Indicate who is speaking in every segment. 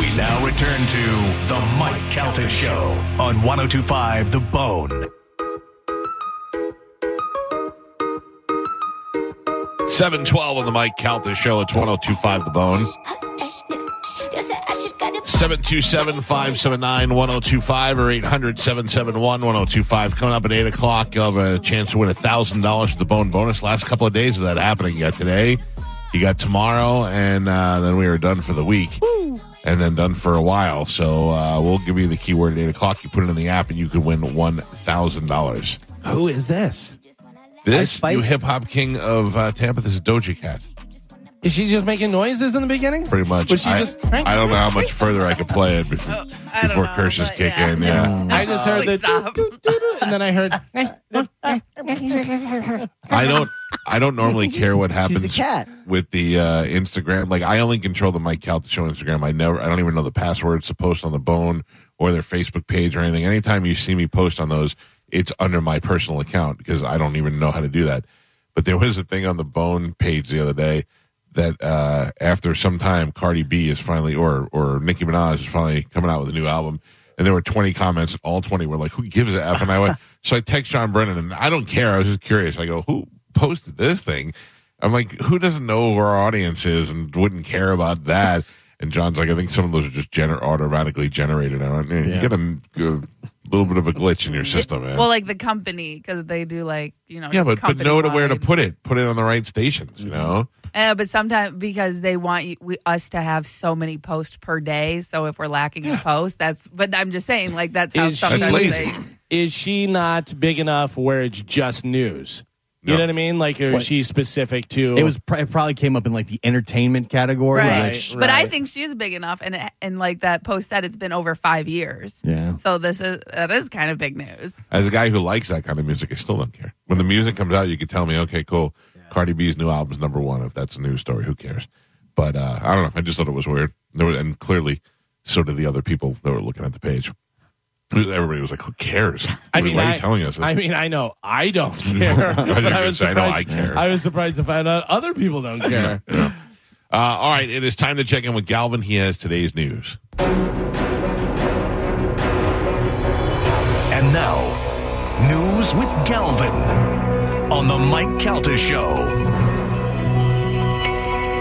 Speaker 1: We now return to the Mike Calta Show on 1025 The Bone.
Speaker 2: Seven twelve on the Mike Calta Show. It's one zero two five The Bone. 727-579-1025 or 800-771-1025. Coming up at 8 o'clock of a chance to win $1,000 to the Bone Bonus. Last couple of days of that happening. You got today, you got tomorrow, and uh, then we are done for the week. And then done for a while. So uh, we'll give you the keyword at 8 o'clock. You put it in the app and you could win $1,000.
Speaker 3: Who is this?
Speaker 2: This
Speaker 3: Spice.
Speaker 2: new hip-hop king of uh, Tampa, this is Doja Cat.
Speaker 3: Is she just making noises in the beginning?
Speaker 2: Pretty much.
Speaker 3: Was she
Speaker 2: I,
Speaker 3: just?
Speaker 2: I don't know how much further I could play it before,
Speaker 4: Oh, I don't
Speaker 2: before
Speaker 4: know,
Speaker 2: curses
Speaker 4: but
Speaker 2: kick
Speaker 4: yeah.
Speaker 2: in. Yeah.
Speaker 3: I just heard
Speaker 4: Please
Speaker 3: the
Speaker 4: stop.
Speaker 3: doo-doo-doo-doo, and then I heard eh,
Speaker 2: I don't. I don't normally care what happens
Speaker 3: she's a cat.
Speaker 2: with the uh, Instagram. Like I only control the Mike Calta Show Instagram. I never. I don't even know the passwords to post on the Bone or their Facebook page or anything. Anytime you see me post on those, it's under my personal account because I don't even know how to do that. But there was a thing on the Bone page the other day that uh, after some time, Cardi B is finally or or Nicki Minaj is finally coming out with a new album. And there were 20 comments, and all 20 were like, who gives a F? And I went, so I text John Brennan, and I don't care. I was just curious. I go, who posted this thing? I'm like, who doesn't know who our audience is and wouldn't care about that? And John's like, I think some of those are just gener- automatically generated. I went, eh, You got a, a little bit of a glitch in your system, man.
Speaker 4: Well, like the company, because they do like you know.
Speaker 2: yeah, but,
Speaker 4: just
Speaker 2: but know to where to
Speaker 4: company-wide.
Speaker 2: put it. Put it on the right stations, you know?
Speaker 4: Uh, but sometimes because they want you, we, us to have so many posts per day, so if we're lacking a post, that's. But I'm just saying, like that's how
Speaker 3: Is
Speaker 4: sometimes
Speaker 2: That's lazy.
Speaker 4: they.
Speaker 3: Is she not big enough where it's just news? You
Speaker 2: No.
Speaker 3: know what I mean? Like, is
Speaker 5: What?
Speaker 3: she specific to?
Speaker 5: It was pr- it probably came up in like the entertainment category.
Speaker 4: Right.
Speaker 5: which-
Speaker 4: But I
Speaker 3: right.
Speaker 4: think she's big enough, and it- and like that post said, it's been over five years.
Speaker 5: yeah.
Speaker 4: So this is that is kind of big news.
Speaker 2: As a guy who likes that kind of music, I still don't care. When the music comes out, you can tell me, okay, cool. Cardi B's new album's number one. If that's a news story, who cares? But uh, I don't know. I just thought it was weird. There was, and clearly, so did the other people that were looking at the page. Everybody was like, who cares?
Speaker 3: I mean,
Speaker 2: Why are
Speaker 3: I,
Speaker 2: you telling us?
Speaker 3: I mean, I know I don't care.
Speaker 2: I
Speaker 3: but I
Speaker 2: didn't
Speaker 3: was
Speaker 2: say, I know
Speaker 3: surprised.
Speaker 2: I care.
Speaker 3: I was surprised to find out other people don't care.
Speaker 2: uh, all right, it is time to check in with Galvin. He has today's news.
Speaker 1: And now, news with Galvin on the Mike Calta Show.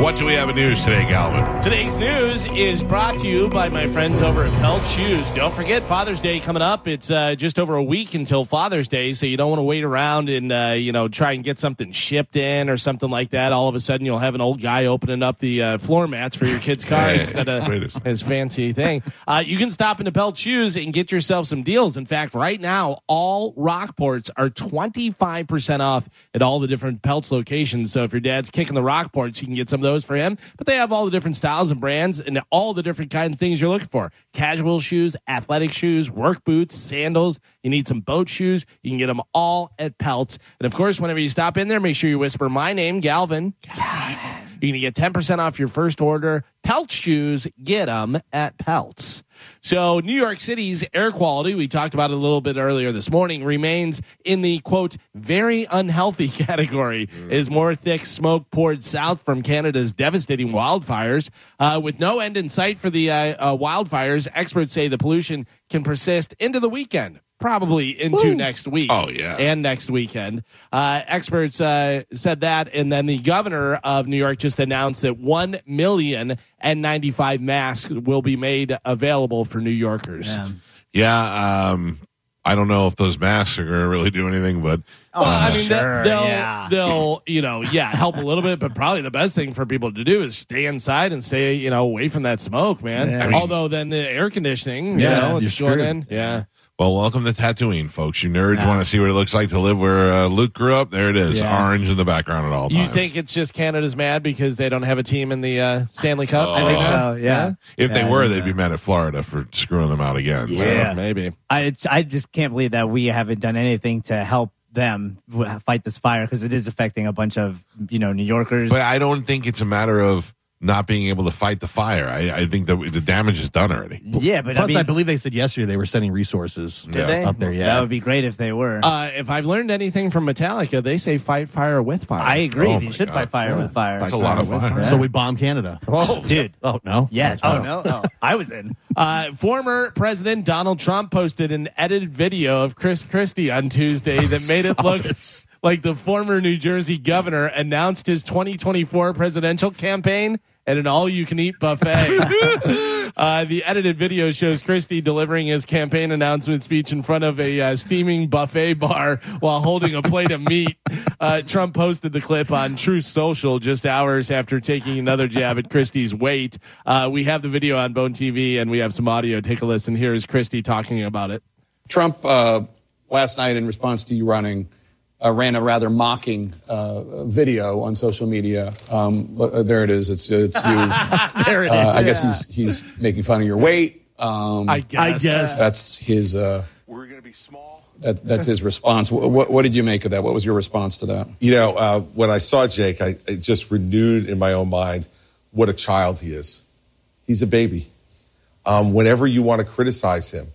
Speaker 2: What do we have in news today, Galvin?
Speaker 3: Today's news is brought to you by my friends over at Pelt Shoes. Don't forget Father's Day coming up. It's uh, just over a week until Father's Day, so you don't want to wait around and uh, you know try and get something shipped in or something like that. All of a sudden, you'll have an old guy opening up the uh, floor mats for your kid's car
Speaker 2: Hey,
Speaker 3: instead
Speaker 2: wait a
Speaker 3: of
Speaker 2: second.
Speaker 3: his fancy thing. Uh, you can stop into Pelt Shoes and get yourself some deals. In fact, right now, all Rockports are 25% off at all the different Pelts locations. So if your dad's kicking the Rockports, you can get some of those for him. But they have all the different styles and brands and all the different kind of things you're looking for casual shoes, athletic shoes, work boots, sandals. You need some boat shoes. You can get them all at Pelts. And of course, whenever you stop in there, make sure you whisper my name, Galvin. You're going to get 10% off your first order. Pelt shoes, get them at Pelts. So, New York City's air quality, we talked about it a little bit earlier this morning, remains in the quote, very unhealthy category
Speaker 2: Mm.
Speaker 3: as more thick smoke poured south from Canada's devastating wildfires. Uh, with no end in sight for the uh, uh, wildfires, experts say the pollution can persist into the weekend, probably into next week
Speaker 2: Oh, yeah.
Speaker 3: and next weekend. Uh, experts uh, said that, and then the governor of New York just announced that one million N95 masks will be made available for New Yorkers.
Speaker 2: Yeah, um, I don't know if those masks are going to really do anything, but
Speaker 3: Well, I mean, that-
Speaker 5: Oh, sure,
Speaker 3: they'll,
Speaker 5: yeah.
Speaker 3: they'll, you know, yeah, help a little bit, but probably the best thing for people to do is stay inside and stay, you know, away from that smoke, man.
Speaker 5: Yeah. I mean-
Speaker 3: Although then the air conditioning,
Speaker 5: Yeah,
Speaker 3: you know,
Speaker 5: you're
Speaker 3: it's going
Speaker 5: screwed.
Speaker 3: in. Yeah.
Speaker 2: Well, welcome to Tatooine, folks. You nerds
Speaker 5: Yeah.
Speaker 2: want to see what it looks like to live where uh, Luke grew up. There it is,
Speaker 5: Yeah.
Speaker 2: orange in the background at all
Speaker 3: You
Speaker 2: times.
Speaker 3: think it's just Canada's mad because they don't have a team in the uh, Stanley Cup?
Speaker 2: Oh.
Speaker 3: right
Speaker 2: I think
Speaker 3: now?
Speaker 5: so, yeah.
Speaker 2: if they
Speaker 5: Yeah, I
Speaker 2: were,
Speaker 5: think
Speaker 2: they'd be
Speaker 5: that.
Speaker 2: mad at Florida for screwing them out again. So,
Speaker 5: Yeah.
Speaker 3: maybe.
Speaker 6: I, it's, I just can't believe that we haven't done anything to help them w- fight this fire because it is affecting a bunch of you know New Yorkers.
Speaker 2: But I don't think it's a matter of not being able to fight the fire. I, I think that the damage is done already.
Speaker 6: yeah, but
Speaker 5: Plus,
Speaker 6: I mean,
Speaker 5: believe they said yesterday they were sending resources
Speaker 2: Did Yeah. they?
Speaker 5: up there.
Speaker 6: that
Speaker 5: Yeah,
Speaker 6: would be great if they were.
Speaker 3: Uh, if I've learned anything from Metallica, they say fight fire with fire.
Speaker 6: I agree.
Speaker 2: oh my
Speaker 6: they should
Speaker 2: God.
Speaker 6: fight fire
Speaker 3: Yeah.
Speaker 6: with fire.
Speaker 2: That's a lot of
Speaker 3: Fire with
Speaker 2: fire.
Speaker 5: so we bomb Canada.
Speaker 3: Oh,
Speaker 6: Dude.
Speaker 5: Oh no.
Speaker 6: Yes.
Speaker 5: Oh,
Speaker 6: Oh no. Oh, I was in.
Speaker 3: Uh, former President Donald Trump posted an edited video of Chris Christie on Tuesday that made it look like the former New Jersey governor announced his 2024 presidential campaign at an all you can eat buffet. uh, the edited video shows Christie delivering his campaign announcement speech in front of a uh, steaming buffet bar while holding a plate of meat. Uh, Trump posted the clip on True Social just hours after taking another jab at Christie's weight. Uh, we have the video on Bone TV and we have some audio. Take a listen. Here is Christie talking about it.
Speaker 7: Trump uh, last night, in response to you running, uh, ran a rather mocking uh, video on social media. Um, look, uh, there it is. It's it's you.
Speaker 3: There it is.
Speaker 7: Uh, I guess he's he's making fun of your weight. Um,
Speaker 3: I guess.
Speaker 5: I guess.
Speaker 7: that's his. Uh, We're going to be small. That, that's his response. What, what, what did you make of that? What was your response to that?
Speaker 8: You know, uh, when I saw Jake, I, I just renewed in my own mind what a child he is. He's a baby. Um, whenever you want to criticize him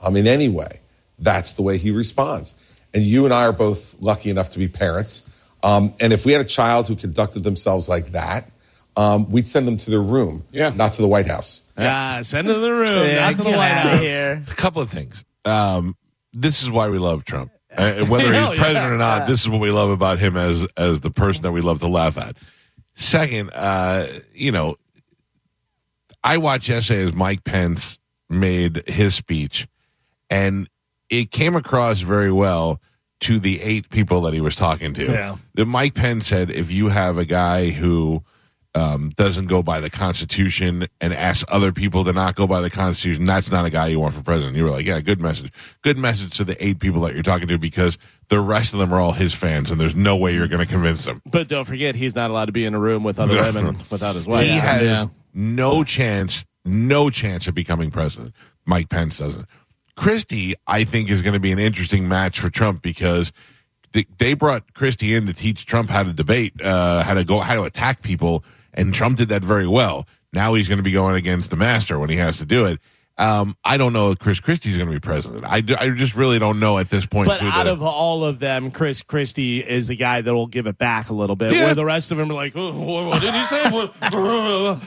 Speaker 8: um, in any way, that's the way he responds. And you and I are both lucky enough to be parents. Um, and if we had a child who conducted themselves like that, um, we'd send them to their room,
Speaker 7: Yeah.
Speaker 8: not to the White House.
Speaker 3: Ah, send him to the room.
Speaker 6: Yeah,
Speaker 3: not to the
Speaker 6: get
Speaker 3: White
Speaker 6: outta
Speaker 3: House.
Speaker 6: here.
Speaker 2: A couple of things. Um, this is why we love Trump, uh, whether
Speaker 3: Oh,
Speaker 2: he's
Speaker 3: yeah.
Speaker 2: president or not. This is what we love about him as as the person that we love to laugh at. Second, uh, you know, I watch essay as Mike Pence made his speech, and it came across very well to the eight people that he was talking to.
Speaker 3: Yeah.
Speaker 2: The Mike Pence said, if you have a guy who um, doesn't go by the Constitution and asks other people to not go by the Constitution, that's not a guy you want for president. You were like, yeah, good message. Good message to the eight people that you're talking to because the rest of them are all his fans, and there's no way you're going to convince them.
Speaker 3: But don't forget, he's not allowed to be in a room with other women without his wife.
Speaker 2: He has
Speaker 3: Yeah.
Speaker 2: no chance, no chance of becoming president. Mike Pence doesn't. Christie, I think, is going to be an interesting match for Trump because th- they brought Christie in to teach Trump how to debate, uh, how to go, how to attack people, and Trump did that very well. Now he's going to be going against the master when he has to do it. Um, I don't know if Chris Christie's going to be president. I, d- I just really don't know at this point.
Speaker 3: But
Speaker 2: who the-
Speaker 3: out of all of them, Chris Christie is the guy that will give it back a little bit.
Speaker 2: Yeah.
Speaker 3: Where the rest of them are like, oh, wh- what did he say? What-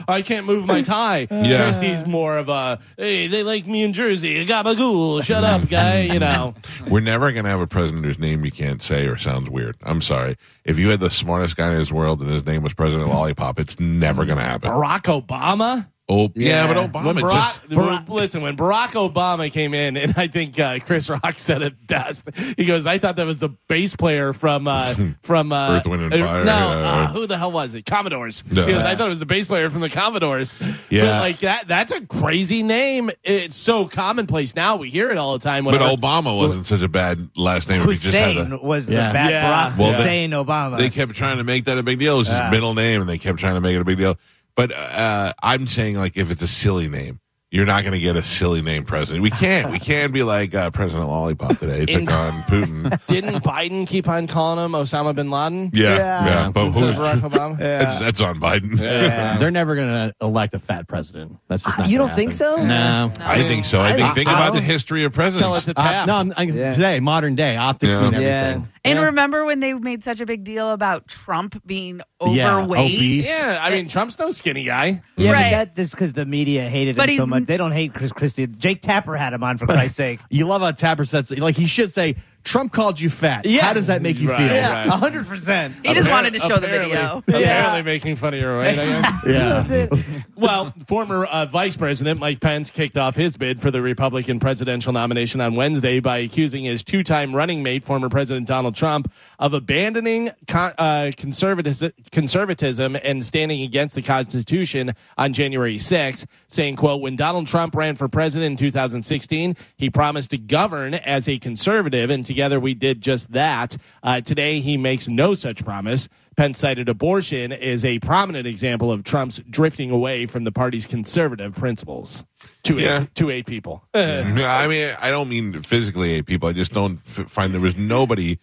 Speaker 3: I can't move my tie.
Speaker 2: Yeah.
Speaker 3: Christie's more of a, hey, they like me in Jersey. Gabagool, shut up, guy. You know,
Speaker 2: We're never going to have a president whose name you can't say or sounds weird. I'm sorry. If you had the smartest guy in his world and his name was President Lollipop, it's never going to happen.
Speaker 3: Barack Obama.
Speaker 2: Oh, yeah, but Obama
Speaker 3: Barack,
Speaker 2: just.
Speaker 3: Barack- listen, when Barack Obama came in, and I think uh, Chris Rock said it best. He goes, "I thought that was the bass player from uh, from uh,
Speaker 2: Earth, Wind, and
Speaker 3: uh,
Speaker 2: Fire,
Speaker 3: No,
Speaker 2: yeah.
Speaker 3: uh, who the hell was it? Commodores.
Speaker 2: Yeah.
Speaker 3: He goes, I thought it was the bass player from the Commodores.
Speaker 2: Yeah.
Speaker 3: but like that. That's a crazy name. It's so commonplace now. We hear it all the time.
Speaker 2: But
Speaker 3: whenever-
Speaker 2: Obama wasn't such a bad last name. if he just had
Speaker 6: Hussein
Speaker 2: a,
Speaker 6: was the
Speaker 5: Yeah.
Speaker 6: bad
Speaker 3: Yeah.
Speaker 6: Barack
Speaker 2: Well, they-
Speaker 6: Hussein Obama.
Speaker 2: they kept trying to make that a big deal. It was his
Speaker 6: Yeah.
Speaker 2: middle name, and they kept trying to make it a big deal. But uh, I'm saying, like, if it's a silly name, you're not going to get a silly name president. We can't. We can't be like uh, President Lollipop today.
Speaker 3: In-
Speaker 2: Took on Putin.
Speaker 3: didn't Biden keep on calling him Osama bin Laden?
Speaker 2: Yeah, yeah.
Speaker 6: Yeah.
Speaker 2: But
Speaker 3: Instead of
Speaker 2: who's?
Speaker 3: Barack Obama.
Speaker 2: That's, that's on Biden.
Speaker 6: Yeah.
Speaker 5: They're never going to elect a fat president. That's just
Speaker 6: Uh,
Speaker 5: not.
Speaker 6: you
Speaker 5: gonna
Speaker 6: don't think
Speaker 5: happen.
Speaker 6: so?
Speaker 5: No.
Speaker 4: No.
Speaker 2: I think so. I think
Speaker 6: I-
Speaker 2: think
Speaker 6: I
Speaker 2: about the
Speaker 6: was-
Speaker 2: history of
Speaker 3: Tell us
Speaker 2: presidents.
Speaker 3: the
Speaker 5: Uh,
Speaker 3: tap.
Speaker 5: no, I'm, I,
Speaker 6: Yeah.
Speaker 5: today modern day optics
Speaker 2: Yeah.
Speaker 5: and
Speaker 6: Yeah.
Speaker 5: everything.
Speaker 4: And remember when they made such a big deal about Trump being
Speaker 2: Oh,
Speaker 5: Yeah,
Speaker 4: overweight?
Speaker 5: obese.
Speaker 3: yeah, I mean, Trump's no skinny guy.
Speaker 6: yeah,
Speaker 4: Right.
Speaker 6: but that just because the media hated
Speaker 4: But
Speaker 6: him so
Speaker 4: he's-
Speaker 6: much. They don't hate Chris Christie. Jake Tapper had him on for Christ's sake.
Speaker 5: You love how Tapper says like he should say Trump called you fat.
Speaker 6: Yeah.
Speaker 5: How does that make you
Speaker 3: Right.
Speaker 5: feel?
Speaker 3: Yeah.
Speaker 6: Yeah, hundred percent.
Speaker 4: He just wanted to show the
Speaker 3: Apparently-
Speaker 4: video.
Speaker 3: Apparently making fun of your weight. I guess.
Speaker 5: Yeah.
Speaker 3: Well, former uh, Vice President Mike Pence kicked off his bid for the Republican presidential nomination on Wednesday by accusing his two time running mate, former President Donald Trump, of abandoning con- uh, conservatism, conservatism and standing against the Constitution on January 6th, saying, quote, when Donald Trump ran for president in 2016, he promised to govern as a conservative, and together we did just that. Uh, today, he makes no such promise. Pence cited abortion is a prominent example of Trump's drifting away from the party's conservative principles. To
Speaker 2: Yeah.
Speaker 3: eight, to eight people.
Speaker 2: Mm-hmm. No, I mean, I don't mean physically eight people. I just don't f- find there was nobody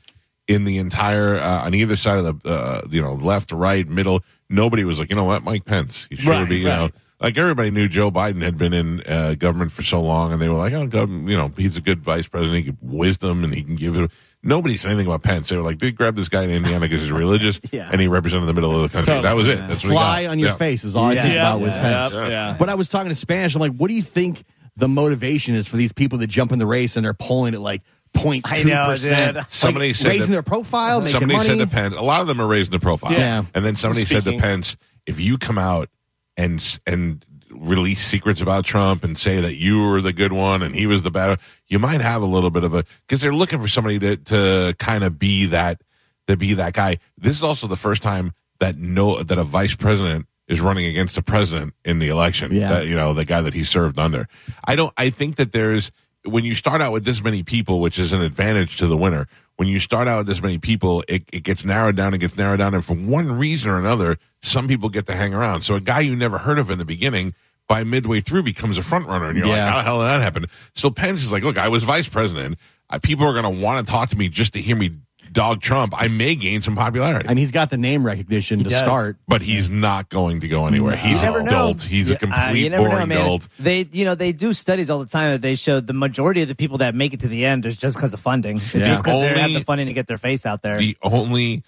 Speaker 2: in the entire uh, on either side of the uh, you know left, right, middle. Nobody was like, you know what, Mike Pence. He should
Speaker 3: Right,
Speaker 2: be. You know,
Speaker 3: right.
Speaker 2: like everybody knew Joe Biden had been in uh, government for so long, and they were like, oh, gov- you know, he's a good vice president. He could wisdom, and he can give it. Nobody said anything about Pence. They were like, they grabbed this guy in Indiana because he's religious,
Speaker 6: Yeah.
Speaker 2: and he represented the middle of the country.
Speaker 3: Totally,
Speaker 2: That was it.
Speaker 6: yeah.
Speaker 2: That's what he
Speaker 5: Fly
Speaker 2: got.
Speaker 5: on your
Speaker 2: Yeah.
Speaker 5: face is all I
Speaker 6: Yeah.
Speaker 5: think about with
Speaker 6: Yeah.
Speaker 5: Pence.
Speaker 3: Yep, yeah.
Speaker 5: But I was talking to Spanish. I'm like, what do you think the motivation is for these people that jump in the race and they're polling at like 0.2
Speaker 6: I know,
Speaker 5: percent?
Speaker 6: dude.
Speaker 2: Somebody said
Speaker 5: raising
Speaker 2: that-
Speaker 5: their profile, making
Speaker 2: somebody
Speaker 5: money.
Speaker 2: said to Pence, a lot of them are raising the profile.
Speaker 5: Yeah.
Speaker 2: And then somebody said to
Speaker 5: Speaking.
Speaker 2: Pence, if you come out and s- and release secrets about Trump and say that you were the good one and he was the bad, one, you might have a little bit of a because they're looking for somebody to to kind of be that to be that guy. This is also the first time that no that a vice president is running against the president in the election.
Speaker 5: Yeah.
Speaker 2: That, you know the guy that he served under. I don't. I think that there's when you start out with this many people, which is an advantage to the winner. When you start out with this many people, it, it gets narrowed down. It gets narrowed down, and for one reason or another, some people get to hang around. So a guy you never heard of in the beginning. By midway through, becomes a front runner, and you're like,
Speaker 5: Yeah.
Speaker 2: "How the hell did that happen?" So Pence is like, "Look, I was vice president. Uh, people are going to want to talk to me just to hear me dog Trump. I may gain some popularity."
Speaker 5: I mean, he's got the name recognition to
Speaker 6: does.
Speaker 5: start.
Speaker 2: but he's not going to go anywhere. He's
Speaker 6: You never
Speaker 2: an
Speaker 6: know.
Speaker 2: adult. He's a
Speaker 6: Yeah, uh, you
Speaker 2: complete
Speaker 6: never know,
Speaker 2: boring
Speaker 6: man.
Speaker 2: adult.
Speaker 6: They, you know, they do studies all the time that they show the majority of the people that make it to the end is just because of funding. It's just because they have
Speaker 2: Only-
Speaker 6: the funding to get their face out there.
Speaker 2: The only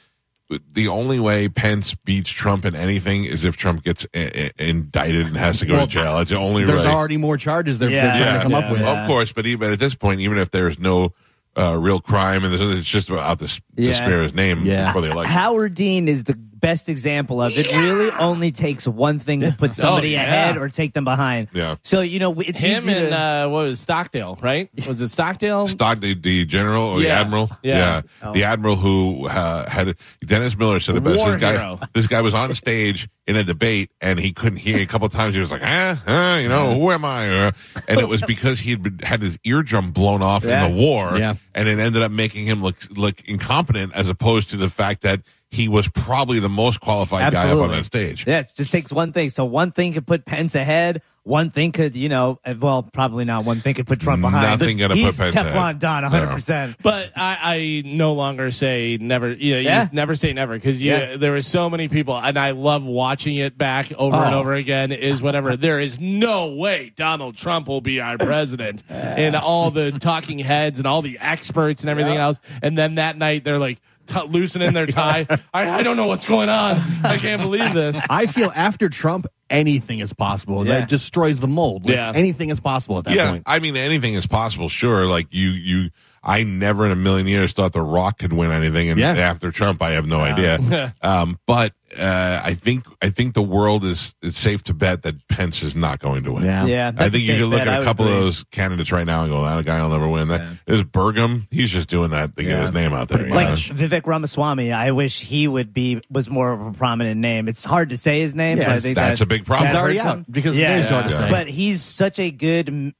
Speaker 2: the only way Pence beats Trump in anything is if Trump gets I- I- indicted and has to go
Speaker 5: Well,
Speaker 2: to jail. It's the only
Speaker 5: There's
Speaker 2: way.
Speaker 5: already more charges they're,
Speaker 6: Yeah.
Speaker 5: they're trying to come up
Speaker 6: Yeah.
Speaker 5: with.
Speaker 2: Of course, but even at this point, even if there's no uh, real crime and there's, it's just about to, s- to
Speaker 6: Yeah.
Speaker 2: smear his name
Speaker 5: Yeah.
Speaker 2: before the election.
Speaker 6: Howard Dean is the best example of it. Really, only takes one thing to put somebody
Speaker 3: yeah.
Speaker 6: ahead or take them behind.
Speaker 2: Oh, Yeah.
Speaker 6: So you know, it's
Speaker 3: Him
Speaker 6: easy to-
Speaker 3: and uh, what was it, Stockdale, right? Was it Stockdale?
Speaker 2: Stock the, the general or the
Speaker 3: Yeah.
Speaker 2: admiral,
Speaker 3: Yeah.
Speaker 2: the admiral who uh, had Dennis Miller said it best.
Speaker 3: War
Speaker 2: this guy,
Speaker 3: hero.
Speaker 2: this guy was on stage in a debate and he couldn't hear. A couple of times he was like, ah, ah, you know, who am I? Uh, And it was because he had been, had his eardrum blown off
Speaker 6: Yeah.
Speaker 2: in the war,
Speaker 5: Yeah.
Speaker 2: and it ended up making him look look incompetent as opposed to the fact that he was probably the most qualified guy up on
Speaker 6: Absolutely.
Speaker 2: that stage.
Speaker 6: Yeah, it just takes one thing. So one thing could put Pence ahead. One thing could, you know, eh, well, probably not. One thing could put Trump behind.
Speaker 2: Nothing gonna put
Speaker 6: He's
Speaker 2: Pence
Speaker 6: Teflon
Speaker 2: ahead.
Speaker 6: Don,
Speaker 2: No.
Speaker 6: 100. percent
Speaker 3: But I, I no longer say never. You know, you
Speaker 6: Yeah.
Speaker 3: just never say never because
Speaker 6: Yeah.
Speaker 3: there were so many people, and I love watching it back over and
Speaker 6: Oh.
Speaker 3: over again. Is whatever there is no way Donald Trump will be our president, and all the talking heads and all the experts and everything else. And then that night they're like t- loosening their tie. I, I don't know what's going on. I can't believe this.
Speaker 5: I feel after Trump, anything is possible.
Speaker 6: Yeah.
Speaker 5: That destroys the mold. Like,
Speaker 3: Yeah.
Speaker 5: Anything is possible at that
Speaker 2: yeah,
Speaker 5: point.
Speaker 2: I mean anything is possible. Sure, like you, you. I never in a million years thought the Rock could win anything, and
Speaker 5: Yeah.
Speaker 2: after Trump, I have no idea. um, but uh, I think I think the world is it's safe to bet that Pence is not going to win.
Speaker 5: Yeah.
Speaker 6: Yeah,
Speaker 2: I think
Speaker 6: that's a
Speaker 2: you
Speaker 6: safe
Speaker 2: can look
Speaker 6: bet. I
Speaker 2: at a
Speaker 6: would
Speaker 2: couple of
Speaker 6: agree.
Speaker 2: those candidates right now and go, "That guy will never win." That is Bergam. He's just doing that to get
Speaker 6: Yeah.
Speaker 2: his name out there. you know?
Speaker 6: Like Vivek Ramaswamy, I wish he would be was more of a prominent name. It's hard to say his name. so I
Speaker 5: Yes,
Speaker 6: think
Speaker 2: that's
Speaker 6: that-
Speaker 2: a big problem.
Speaker 5: He's
Speaker 6: that
Speaker 5: already
Speaker 6: hurts him.
Speaker 5: out because the name's hard to say.
Speaker 6: But he's such a good, m-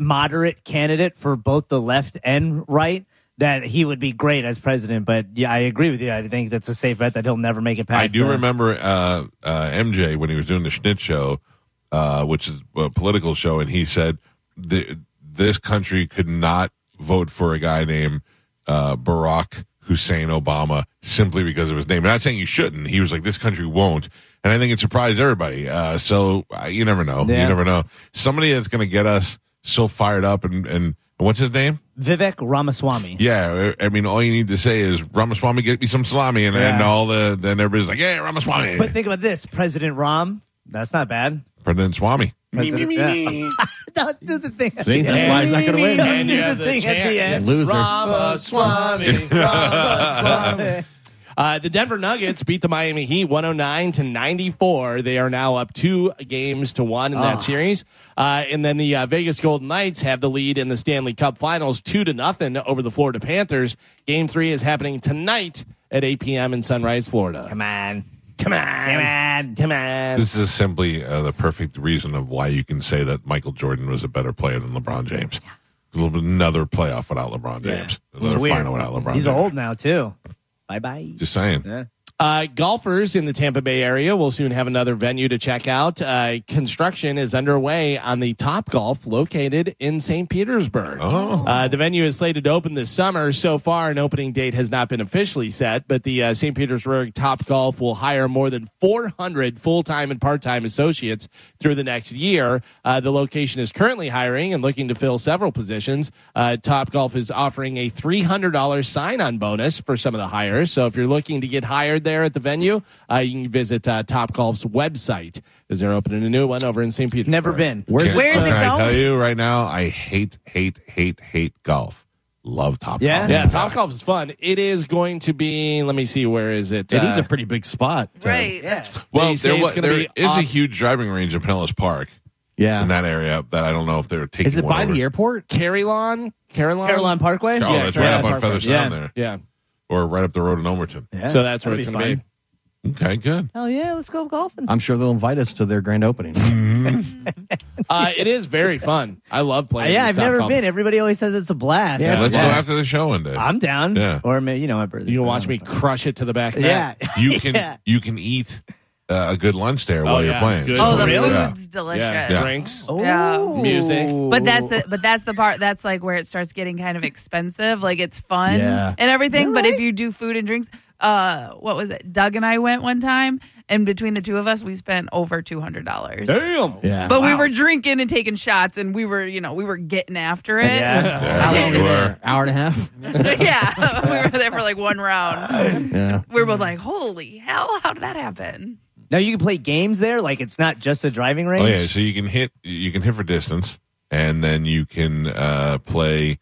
Speaker 6: moderate candidate for both the left and right that he would be great as president. But yeah, I agree with you. I think that's a safe bet that he'll never make it past.
Speaker 2: I do
Speaker 6: the-
Speaker 2: remember uh, uh, MJ when he was doing the Schnitz show, uh, which is a political show, and he said th- this country could not vote for a guy named uh, Barack Hussein Obama simply because of his name. And not saying you shouldn't. He was like, this country won't. And I think it surprised everybody. Uh, so uh, you never know. You
Speaker 6: Yeah.
Speaker 2: never know. Somebody that's going to get us so fired up and, and what's his name?
Speaker 6: Vivek Ramaswamy.
Speaker 2: Yeah, uh, I I mean, all you need to say is Ramaswamy, get me some salami, and, and
Speaker 6: Yeah.
Speaker 2: all the then everybody's like, yeah, Ramaswamy.
Speaker 6: But think about this, President Rahm. That's not bad.
Speaker 2: President Swami.
Speaker 6: President, yeah. Don't do the thing.
Speaker 5: See, that's why he's not going to win.
Speaker 6: Don't
Speaker 3: And you
Speaker 6: do the
Speaker 3: have the
Speaker 6: thing at
Speaker 3: chant,
Speaker 6: the end.
Speaker 5: Loser.
Speaker 3: Ramaswamy. Ramaswamy. Uh, the Denver Nuggets beat the Miami Heat 109 to 94. They are now up two games to one in that series. Uh, and then the uh, Vegas Golden Knights have the lead in the Stanley Cup Finals, two to nothing over the Florida Panthers. Game three is happening tonight at 8 p.m. in Sunrise, Florida.
Speaker 6: Come on.
Speaker 3: Come on,
Speaker 6: Come on.
Speaker 3: come on.
Speaker 2: This is simply uh, the perfect reason of why you can say that Michael Jordan was a better player than LeBron James. Another playoff without LeBron James. Another
Speaker 6: weird.
Speaker 2: final without LeBron.
Speaker 6: He's
Speaker 2: James.
Speaker 6: old now, too. Bye bye.
Speaker 2: Just saying.
Speaker 3: Uh, golfers in the Tampa Bay area will soon have another venue to check out. Uh, construction is underway on the Top Golf located in St. Petersburg.
Speaker 2: Oh.
Speaker 3: Uh, the venue is slated to open this summer. So far, an opening date has not been officially set, but the uh, St. Petersburg Top Golf will hire more than 400 full time and part time associates through the next year. Uh, the location is currently hiring and looking to fill several positions. Uh, Top Golf is offering a $300 sign on bonus for some of the hires. So if you're looking to get hired there at the venue, uh, you can visit uh, Top Golf's website as they're opening a new one over in St. Petersburg.
Speaker 6: Never been.
Speaker 5: Where's
Speaker 2: Can-
Speaker 4: Where is it
Speaker 2: can I
Speaker 4: going?
Speaker 2: tell you right now, I hate, hate, hate, hate golf. Love top
Speaker 6: Yeah?
Speaker 2: golf.
Speaker 3: Yeah, Top Golf is fun. It is going to be. Let me see. Where is it?
Speaker 5: It needs
Speaker 3: Uh,
Speaker 5: a pretty big spot. to-
Speaker 4: Right.
Speaker 6: Yeah.
Speaker 2: Well,
Speaker 3: They say
Speaker 2: there,
Speaker 3: it's
Speaker 2: wa-
Speaker 3: gonna
Speaker 2: there is
Speaker 3: be off-
Speaker 2: a huge driving range in Pinellas Park in
Speaker 5: Yeah.
Speaker 2: that area that I don't know if they're taking.
Speaker 5: Is it
Speaker 2: one
Speaker 5: by
Speaker 2: over.
Speaker 5: the airport?
Speaker 3: Carillon, Carillon,
Speaker 6: Caroline Parkway?
Speaker 2: Oh,
Speaker 3: Yeah,
Speaker 2: that's
Speaker 3: yeah,
Speaker 2: right up on
Speaker 6: Parkway.
Speaker 2: Feather
Speaker 5: Yeah.
Speaker 2: Sound there,
Speaker 3: Yeah.
Speaker 2: or right up the road in Overton.
Speaker 6: Yeah.
Speaker 3: So that's where
Speaker 6: That'd
Speaker 3: it's going to be.
Speaker 2: Okay, good.
Speaker 6: Hell yeah, let's go golfing.
Speaker 5: I'm sure they'll invite us to their grand opening.
Speaker 2: Mm-hmm.
Speaker 3: Uh, it is very fun. I love playing.
Speaker 6: Uh, yeah, I've
Speaker 3: Top
Speaker 6: never
Speaker 3: Golf.
Speaker 6: been. Everybody always says it's a blast.
Speaker 5: Yeah,
Speaker 6: That's
Speaker 2: Let's
Speaker 6: why.
Speaker 2: go after the show one day.
Speaker 6: I'm down.
Speaker 2: Yeah.
Speaker 6: Or maybe you know my birthday.
Speaker 3: You can watch me crush it to the back.
Speaker 6: Uh, Yeah.
Speaker 3: net.
Speaker 2: you can
Speaker 6: Yeah.
Speaker 2: you can eat uh, a good lunch there
Speaker 3: Oh,
Speaker 2: while
Speaker 3: yeah.
Speaker 2: you're playing.
Speaker 3: Good.
Speaker 4: Oh,
Speaker 3: For
Speaker 4: the
Speaker 3: real?
Speaker 2: Yeah.
Speaker 4: food's delicious.
Speaker 3: yeah. Drinks.
Speaker 6: Oh,
Speaker 4: Yeah.
Speaker 3: Music.
Speaker 4: But that's the but that's the part that's like where it starts getting kind of expensive. Like it's fun
Speaker 5: Yeah.
Speaker 4: and everything,
Speaker 6: You're
Speaker 4: but if
Speaker 6: right.
Speaker 4: you do food and drinks, uh, what was it? Doug and I went one time, and between the two of us, we spent over two hundred dollars.
Speaker 3: Damn.
Speaker 5: yeah.
Speaker 4: But we were drinking and taking shots, and we were you know we were getting after it.
Speaker 6: Yeah.
Speaker 2: There
Speaker 4: I
Speaker 2: you
Speaker 4: will-
Speaker 2: are.
Speaker 5: hour and a half.
Speaker 4: Yeah. we were there for like one round.
Speaker 5: Yeah.
Speaker 4: We were both like, "Holy hell! How did that happen?"
Speaker 6: Now you can play games there. Like it's not just a driving
Speaker 2: Oh
Speaker 6: range.
Speaker 2: yeah, so you can hit you can hit for distance, and then you can uh, play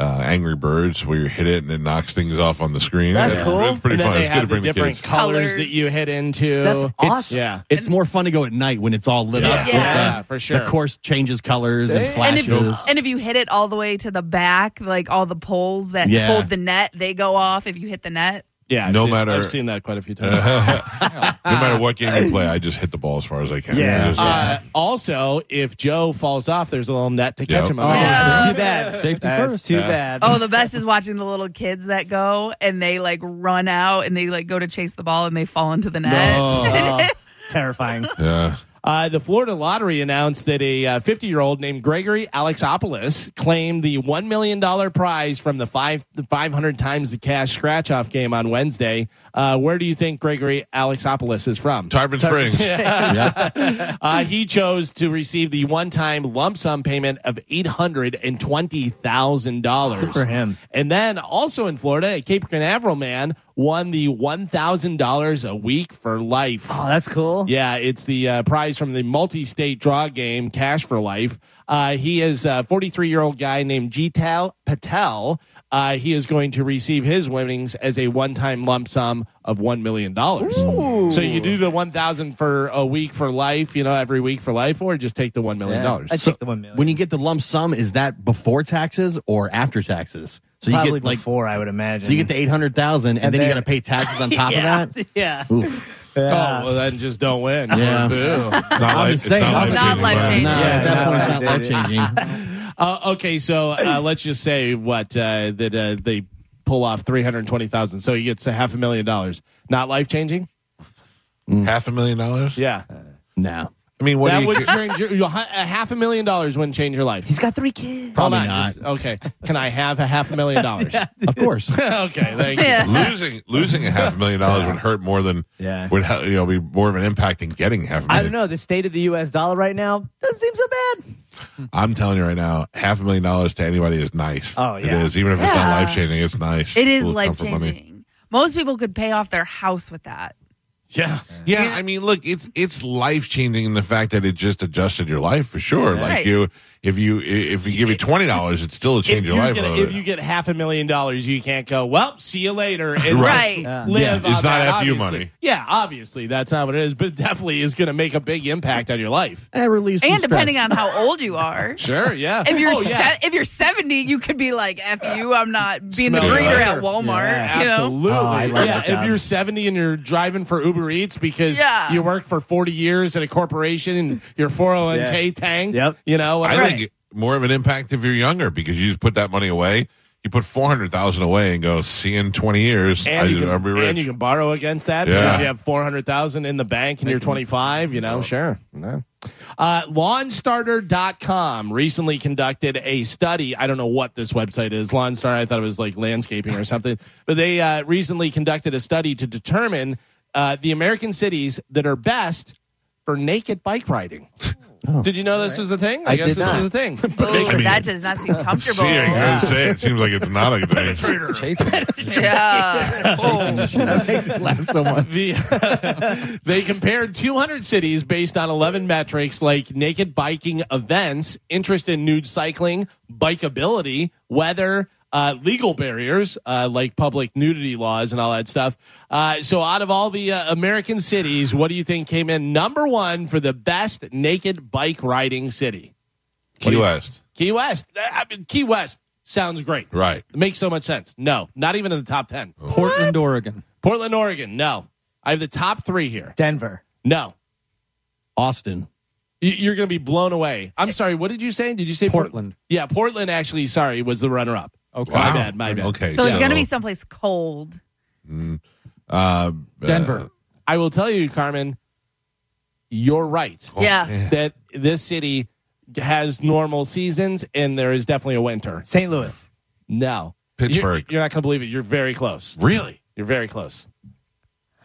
Speaker 2: uh, Angry Birds where you hit it and it knocks things off on the screen.
Speaker 6: That's cool.
Speaker 2: pretty
Speaker 3: and
Speaker 2: fun.
Speaker 3: then they
Speaker 2: It's good to
Speaker 3: have the
Speaker 2: bring the
Speaker 3: different
Speaker 2: kids.
Speaker 3: colors,
Speaker 4: Colors.
Speaker 3: that you hit into.
Speaker 6: That's
Speaker 5: It's,
Speaker 6: awesome.
Speaker 3: Yeah.
Speaker 5: it's more fun to go at night when it's all lit
Speaker 3: Yeah.
Speaker 5: up. with
Speaker 4: Yeah,
Speaker 5: the-
Speaker 3: for sure.
Speaker 5: The course changes colors and
Speaker 4: And if,
Speaker 5: flashes.
Speaker 4: and if you hit it all the way to the back, like all the poles that
Speaker 5: Yeah.
Speaker 4: hold the net, they go off if you hit the net.
Speaker 3: yeah. I've
Speaker 2: No
Speaker 3: seen-
Speaker 2: matter- Uh-huh.
Speaker 3: I've seen that quite a few times.
Speaker 2: no matter what game you play, I just hit the ball as far as I can.
Speaker 6: Yeah.
Speaker 2: Just-
Speaker 3: uh, also, if Joe falls off, there's a little net to catch
Speaker 2: Yep.
Speaker 3: him
Speaker 6: Oh,
Speaker 3: on.
Speaker 4: Yeah.
Speaker 6: so too bad.
Speaker 5: Safety
Speaker 6: That's
Speaker 5: first.
Speaker 6: Too
Speaker 2: Yeah.
Speaker 6: bad.
Speaker 4: Oh, the best is watching the little kids that go and they like run out and they like go to chase the ball and they fall into the net.
Speaker 6: Oh, terrifying.
Speaker 2: yeah.
Speaker 3: Uh, the Florida lottery announced that a 50 year old named Gregory Alexopoulos claimed the $1 million prize from the, five, the 500 times the cash scratch off game on Wednesday. Uh, where do you think Gregory Alexopoulos is from?
Speaker 2: Tarpon Springs.
Speaker 3: Uh, he chose to receive the one time lump sum payment of $820,000.
Speaker 6: Good for him.
Speaker 3: And then also in Florida, a Cape Canaveral man won the $1,000 a week for life.
Speaker 6: Oh, that's cool.
Speaker 3: Yeah, it's the uh, prize from the multi-state draw game, Cash for Life. Uh, he is a 43-year-old guy named Jital Patel. Uh, he is going to receive his winnings as a one-time lump sum of one million dollars. So you do the one thousand for a week for life, you know, every week for life, or just take the one million dollars.
Speaker 6: I take the one million.
Speaker 5: When you get the lump sum, is that before taxes or after taxes? So
Speaker 6: Probably
Speaker 5: you get like
Speaker 6: before, I would imagine.
Speaker 5: so you get the eight hundred thousand, and, then, you
Speaker 6: then-
Speaker 5: got to pay taxes on top
Speaker 6: yeah.
Speaker 5: of that.
Speaker 6: Yeah.
Speaker 5: Oof.
Speaker 3: Oh
Speaker 6: uh,
Speaker 3: well, then just don't win.
Speaker 5: Yeah.
Speaker 2: It's not
Speaker 5: I'm
Speaker 2: life-
Speaker 5: just
Speaker 2: it's
Speaker 5: saying.
Speaker 2: not
Speaker 5: I'm
Speaker 4: not
Speaker 2: life-changing,
Speaker 4: life-changing.
Speaker 5: No,
Speaker 2: but-
Speaker 6: Yeah,
Speaker 5: at that
Speaker 6: no,
Speaker 5: point, it's
Speaker 6: I
Speaker 5: not life
Speaker 6: did
Speaker 5: changing.
Speaker 3: Uh, okay, so uh, let's just say what uh, that uh, they pull off three hundred twenty thousand. So he gets a half a million dollars. Not life changing.
Speaker 2: Half a million dollars.
Speaker 3: Yeah.
Speaker 5: No,
Speaker 2: I mean, what
Speaker 3: that
Speaker 2: do you?
Speaker 3: would change your, your- a half a million dollars wouldn't change your life.
Speaker 6: He's got three kids.
Speaker 5: probably
Speaker 3: Hold on,
Speaker 5: not.
Speaker 3: just- okay. Can I have a half a million dollars?
Speaker 5: of course.
Speaker 3: okay, thank you.
Speaker 4: Yeah.
Speaker 2: losing losing a half a million dollars would hurt more than
Speaker 6: Yeah.
Speaker 2: would ha- you know be more of an impact than getting half a million.
Speaker 6: I don't know. The state of the U.S. dollar right now doesn't seem so bad.
Speaker 2: I'm telling you right now, half a million dollars to anybody is nice.
Speaker 6: Oh,
Speaker 2: it
Speaker 6: yeah.
Speaker 2: is. Even if it's
Speaker 4: Yeah.
Speaker 2: not life changing, it's nice.
Speaker 4: It is
Speaker 2: Little
Speaker 4: life
Speaker 2: comfort money.
Speaker 4: changing. Most people could pay off their house with that.
Speaker 3: Yeah.
Speaker 2: Yeah, I mean, look, it's it's life changing in the fact that it just adjusted your life for sure. Like
Speaker 4: Right.
Speaker 2: you, if you if you give you twenty dollars, it's still a
Speaker 3: If
Speaker 2: change
Speaker 3: you,
Speaker 2: your life.
Speaker 3: get,
Speaker 2: a little
Speaker 3: if
Speaker 2: bit.
Speaker 3: you get half a million dollars, you can't go, well, see you later. And
Speaker 4: Right.
Speaker 3: just
Speaker 4: Yeah.
Speaker 3: live.
Speaker 2: Yeah. It's not
Speaker 3: on that,
Speaker 2: FU
Speaker 3: obviously.
Speaker 2: money.
Speaker 3: Yeah, obviously. That's not what it is, but it definitely is going to make a big impact on your life.
Speaker 5: And release some
Speaker 4: and depending
Speaker 5: stress.
Speaker 4: on how old you are.
Speaker 3: Sure. Yeah.
Speaker 4: If you're
Speaker 3: Oh, yeah.
Speaker 4: se- if you're 70, you could be like, "F you, I'm not being
Speaker 3: Smell
Speaker 4: the
Speaker 3: it
Speaker 4: greeter
Speaker 3: later.
Speaker 4: at Walmart."
Speaker 6: Yeah,
Speaker 4: you know?
Speaker 3: Absolutely.
Speaker 6: Oh, I love that
Speaker 3: yeah, if
Speaker 6: job.
Speaker 3: you're 70 and you're driving for Uber Eats because
Speaker 4: Yeah.
Speaker 3: you worked for 40 years at a corporation and your 401k tanked,
Speaker 6: Yep.
Speaker 3: you know,
Speaker 2: I
Speaker 3: whatever.
Speaker 2: think more of an impact if you're younger because you just put that money away. You put four hundred thousand away and go see in twenty years. I,
Speaker 3: and, you
Speaker 2: will
Speaker 3: can,
Speaker 2: be rich.
Speaker 3: and you can borrow against that
Speaker 2: Yeah.
Speaker 3: because you have 400000 in the bank and you're 25 you know sure no. uh, lawnstarter.com recently conducted a study i don't know what this website is lawnstarter i thought it was like landscaping or something but they uh, recently conducted a study to determine uh, the american cities that are best for naked bike riding did you know this was a thing i,
Speaker 6: I
Speaker 3: guess
Speaker 6: did
Speaker 3: this
Speaker 6: not.
Speaker 3: is a thing
Speaker 4: Ooh,
Speaker 2: me-
Speaker 4: that does not seem comfortable.
Speaker 2: See, I
Speaker 4: yeah.
Speaker 2: gotta say, it seems like it's not a thing.
Speaker 4: Oh.
Speaker 5: Laugh so much.
Speaker 3: The, they compared 200 cities based on 11 metrics like naked biking events, interest in nude cycling, bikeability, weather, uh, legal barriers uh, like public nudity laws and all that stuff. Uh, so, out of all the uh, American cities, what do you think came in number one for the best naked bike riding city?
Speaker 2: Key West,
Speaker 3: Key West. Uh, I mean, Key West sounds great.
Speaker 2: right?
Speaker 3: It makes so much sense. No, not even in the top 10.
Speaker 9: Portland, Oregon,
Speaker 3: Portland, Oregon. No. I have the top three here.
Speaker 6: Denver.
Speaker 3: No.
Speaker 5: Austin.
Speaker 3: Y- You're going to be blown away. I'm sorry. What did you say? Did you say Port-
Speaker 9: Portland.
Speaker 3: yeah, Portland actually, sorry, was the runner up.
Speaker 9: Okay.
Speaker 3: My bad. My bad.
Speaker 2: Okay,
Speaker 4: So it's going to be someplace cold.
Speaker 2: uh,
Speaker 9: Denver.
Speaker 3: I will tell you, Carmen, you're right
Speaker 4: yeah.
Speaker 3: that this city has normal seasons and there is definitely a winter.
Speaker 6: St. Louis.
Speaker 5: uh,
Speaker 3: No.
Speaker 2: Pittsburgh.
Speaker 3: You're, you're not going to believe it. You're very close.
Speaker 2: Really?
Speaker 3: You're very close.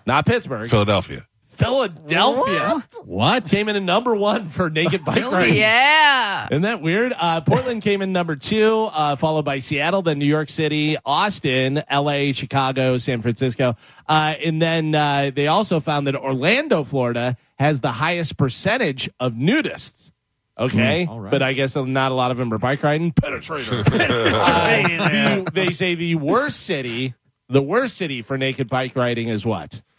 Speaker 3: Not Pittsburgh.
Speaker 2: Philadelphia.
Speaker 3: Philadelphia
Speaker 5: What?
Speaker 3: came in at number one for naked bike riding.
Speaker 4: Yeah.
Speaker 3: Isn't that weird? Uh, Portland came in number two, uh, followed by Seattle, then New York City, Austin, LA, Chicago, San Francisco. Uh, and then uh, they also found that Orlando, Florida has the highest percentage of nudists. Okay.
Speaker 9: Hmm, all right.
Speaker 3: But I guess not a lot of them are bike riding. Penetrator.
Speaker 6: Yeah.
Speaker 3: The- they say the worst city, the worst city for naked bike riding is what?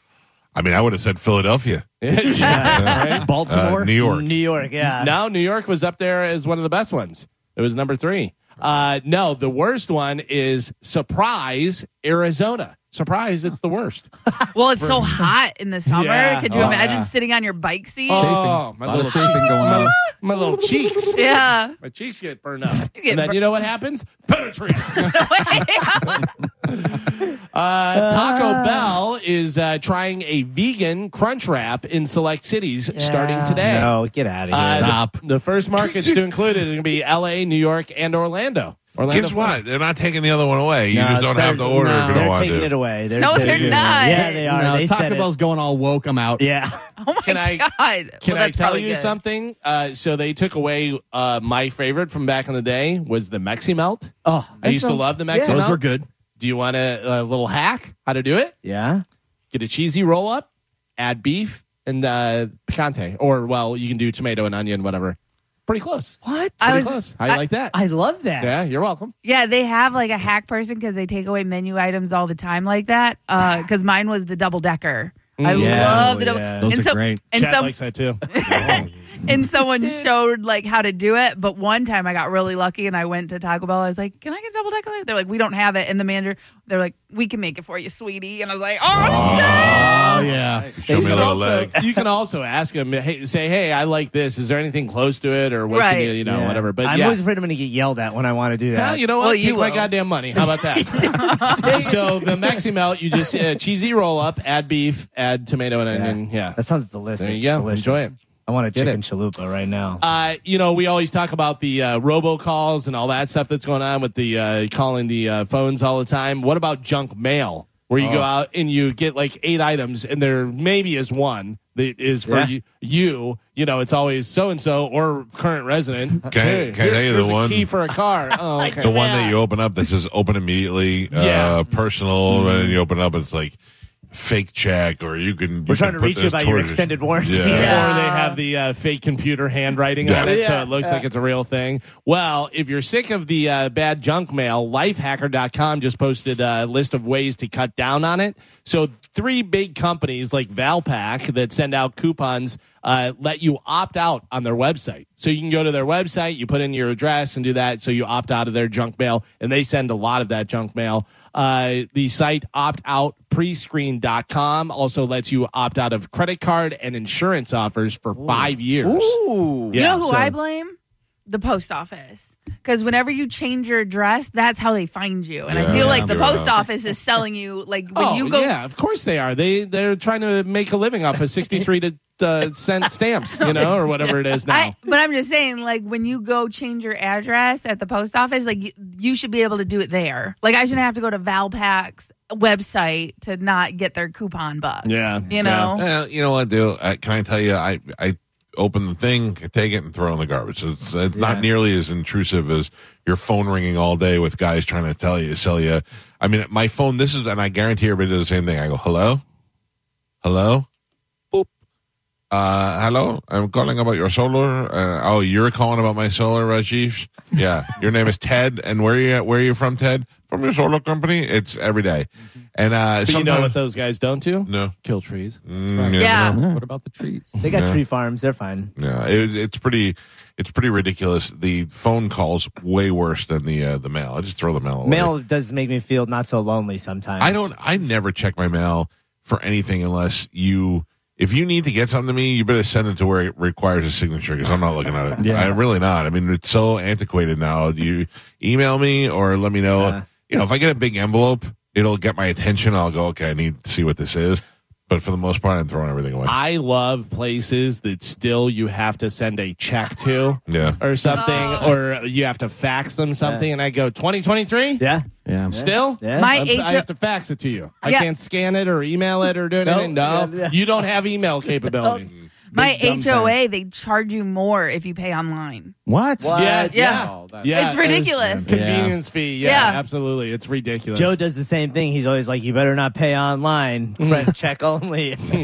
Speaker 2: I mean, I would have said Philadelphia,
Speaker 5: Baltimore.
Speaker 2: uh, New York.
Speaker 6: New York, yeah.
Speaker 3: No, New York was up there as one of the best ones. It was number three. Uh, no, the worst one is surprise Arizona. Surprise, it's the worst.
Speaker 4: Well, it's so hot in the summer.
Speaker 3: Yeah.
Speaker 4: Could you
Speaker 3: Oh,
Speaker 4: imagine
Speaker 3: yeah.
Speaker 4: sitting on your bike seat?
Speaker 3: Oh, my
Speaker 9: a lot
Speaker 3: little
Speaker 9: of chafing going on.
Speaker 3: My little cheeks.
Speaker 4: Yeah.
Speaker 3: My cheeks get burned up.
Speaker 4: get
Speaker 3: and then
Speaker 4: bur- Oh
Speaker 3: you know what happens? Penetrate. Uh, Taco Bell is uh, trying a vegan crunch wrap in select cities starting today.
Speaker 6: No, get out of here.
Speaker 3: Uh, the-
Speaker 5: Stop.
Speaker 3: The, first markets to include it is going to be LA, New York, and Orlando. Orlando
Speaker 2: Guess what? They're not taking the other one away. You
Speaker 6: No,
Speaker 2: just don't
Speaker 6: they're-
Speaker 2: have to order
Speaker 6: no,
Speaker 2: if you
Speaker 6: they're
Speaker 2: don't want
Speaker 6: taking
Speaker 2: to.
Speaker 6: it away. They're
Speaker 4: No,
Speaker 6: taking
Speaker 4: they're
Speaker 6: it away.
Speaker 4: not.
Speaker 6: Yeah, they are.
Speaker 5: No,
Speaker 6: they said
Speaker 5: Taco
Speaker 6: it.
Speaker 5: Bell's going all woke. I'm out.
Speaker 6: Yeah.
Speaker 4: Oh my
Speaker 3: Can I-
Speaker 4: god.
Speaker 3: Can
Speaker 4: well, that's
Speaker 3: I tell
Speaker 4: probably
Speaker 3: you
Speaker 4: good.
Speaker 3: something? Uh, so they took away uh, my favorite from back in the day was the Mexi Melt.
Speaker 6: Oh,
Speaker 3: I used to love the Mexi
Speaker 5: Those
Speaker 3: Melt.
Speaker 5: were good.
Speaker 3: Do you want a, a little hack how to do it?
Speaker 6: Yeah.
Speaker 3: Get a cheesy roll up, add beef and uh, picante, or well, you can do tomato and onion, whatever. Pretty close.
Speaker 6: What?
Speaker 4: I
Speaker 3: Pretty
Speaker 4: was-
Speaker 3: close. How you
Speaker 4: Oh, I-
Speaker 3: like that?
Speaker 6: I love that.
Speaker 3: yeah, you're welcome.
Speaker 4: Yeah, they have like a hack person because they take away menu items all the time like that. Because mine was the double decker. I
Speaker 3: Mm. Yeah.
Speaker 4: love the
Speaker 6: Oh,
Speaker 4: double.
Speaker 6: yeah.
Speaker 5: Those
Speaker 4: and
Speaker 5: are
Speaker 4: so-
Speaker 5: great.
Speaker 4: And
Speaker 3: Chad
Speaker 4: some
Speaker 3: likes that too.
Speaker 4: and someone showed like how to do it. But one time I got really lucky and I went to Taco Bell. I was like, "Can I get a double decker?" They're like, "We don't have it." And the manager, they're like, "We can make it for you, sweetie." And I was like, "Oh,
Speaker 5: Oh yeah.
Speaker 2: Uh, Show me a
Speaker 3: can
Speaker 2: little
Speaker 3: also,
Speaker 2: leg.
Speaker 3: you can also ask him, hey, say, hey, I like this. Is there anything close to it, or what? Can
Speaker 4: Right.
Speaker 3: you, you know,
Speaker 6: Yeah.
Speaker 3: whatever. But
Speaker 6: I'm
Speaker 3: yeah.
Speaker 6: always afraid I'm going to get yelled at when I want to do
Speaker 3: Well,
Speaker 6: that.
Speaker 3: you know what?
Speaker 4: Well,
Speaker 3: Take
Speaker 4: you
Speaker 3: my
Speaker 4: will.
Speaker 3: goddamn money. How about that? so the Maxi Melt, you just uh, cheesy roll up, add beef, add tomato and onion. Yeah.
Speaker 6: That sounds delicious.
Speaker 3: There you go.
Speaker 6: Delicious.
Speaker 3: Enjoy it.
Speaker 6: I want a chicken
Speaker 3: it.
Speaker 6: chalupa right now.
Speaker 3: Uh, you know, we always talk about the uh, robocalls and all that stuff that's going on with the uh, calling the uh, phones all the time. What about junk mail, where you go
Speaker 2: Oh.
Speaker 3: out and you get like eight items, and there maybe is one that is for
Speaker 6: Yeah.
Speaker 3: you, you. You know, it's always so and so or current resident.
Speaker 2: Can I- can I tell you the
Speaker 3: here's
Speaker 2: one-
Speaker 3: a key for a car? Oh, okay.
Speaker 2: The one that you open up that says open immediately, uh,
Speaker 3: Yeah.
Speaker 2: personal, and then you open it up, it's like fake check or you can.
Speaker 6: Mm-hmm. We're trying to reach you by your extended warranty.
Speaker 2: Yeah.
Speaker 4: Yeah.
Speaker 3: Or they have the uh, fake computer handwriting on
Speaker 2: Yeah.
Speaker 3: it, so
Speaker 6: Yeah,
Speaker 3: it looks like it's a real thing. Well, if you're sick of the uh, bad junk mail, lifehacker.com just posted a list of ways to cut down on it. So, three big companies like Valpak that send out coupons uh, let you opt out on their website. So, you can go to their website, you put in your address and do that. So, you opt out of their junk mail, and they send a lot of that junk mail. Uh, the site optoutprescreen.com also lets you opt out of credit card and insurance offers for five years.
Speaker 6: Ooh.
Speaker 4: You know who
Speaker 3: so-
Speaker 4: I blame? The post office. Because whenever you change your address, that's how they find you. And I
Speaker 2: Yeah,
Speaker 4: feel like the
Speaker 2: they're
Speaker 4: post
Speaker 2: out.
Speaker 4: office is selling you. Like when
Speaker 3: oh,
Speaker 4: you go,
Speaker 3: yeah, of course they are. They they're trying to make a living off of sixty three to uh, cent stamps, you know, or whatever it is now.
Speaker 4: I, but I'm just saying, like when you go change your address at the post office, like you, you should be able to do it there. Like I shouldn't have to go to Valpak's website to not get their coupon buck.
Speaker 3: yeah,
Speaker 4: You know,
Speaker 2: Well, Eh, you know what, dude? I, can I tell you? I I open the thing, I take it, and throw it in the garbage. It's, it's not nearly as intrusive as your phone ringing all day with guys trying to tell you, sell you. I mean, my phone. This is, and I guarantee everybody does the same thing. I go, hello, hello, boop. Uh, hello, I'm calling about your solar. Uh, oh, you're calling about my solar, Rajeev? Yeah, your name is Ted, and where are you? Where are you from, Ted? From your solar company? It's every day, and uh,
Speaker 3: Mm-hmm. But you know what
Speaker 2: sometimes-
Speaker 3: those guys don't do?
Speaker 2: no,
Speaker 3: Kill trees.
Speaker 2: Mm, you
Speaker 4: Yeah.
Speaker 2: know.
Speaker 5: What about the trees?
Speaker 6: They got
Speaker 2: Yeah.
Speaker 6: tree farms. They're fine.
Speaker 2: Yeah, it, it's pretty. It's pretty ridiculous. The phone calls way worse than the uh, the mail. I just throw the mail away.
Speaker 6: Mail does make me feel not so lonely sometimes.
Speaker 2: I don't. I never check my mail for anything unless you. If you need to get something to me, you better send it to where it requires a signature because I'm not looking at it.
Speaker 5: Yeah.
Speaker 2: I'm really not. I mean, it's so antiquated now. You email me or let me know.
Speaker 6: Uh.
Speaker 2: you know, if I get a big envelope, it'll get my attention. I'll go, okay, I need to see what this is. But for the most part, I'm throwing everything away.
Speaker 3: I love places that still you have to send a check to
Speaker 2: yeah.
Speaker 3: or something, or you have to fax them something. And I go twenty twenty three.
Speaker 6: Yeah.
Speaker 5: Yeah.
Speaker 3: Still,
Speaker 6: Yeah.
Speaker 4: My
Speaker 3: I'm- I
Speaker 4: HO
Speaker 3: have to fax it to you. I
Speaker 4: Yeah.
Speaker 3: can't scan it or email it or do anything. No,
Speaker 6: Yeah, yeah.
Speaker 3: you don't have email capability.
Speaker 4: my
Speaker 6: dumb
Speaker 4: HOA, they charge you more if you pay online.
Speaker 5: What?
Speaker 6: What?
Speaker 3: Yeah,
Speaker 4: Yeah.
Speaker 3: yeah, yeah.
Speaker 4: it's ridiculous.
Speaker 5: Yeah.
Speaker 3: Convenience fee. Yeah,
Speaker 4: Yeah.
Speaker 3: absolutely. It's ridiculous.
Speaker 6: Joe does the same thing. He's always like, "You better not pay online. Print check only."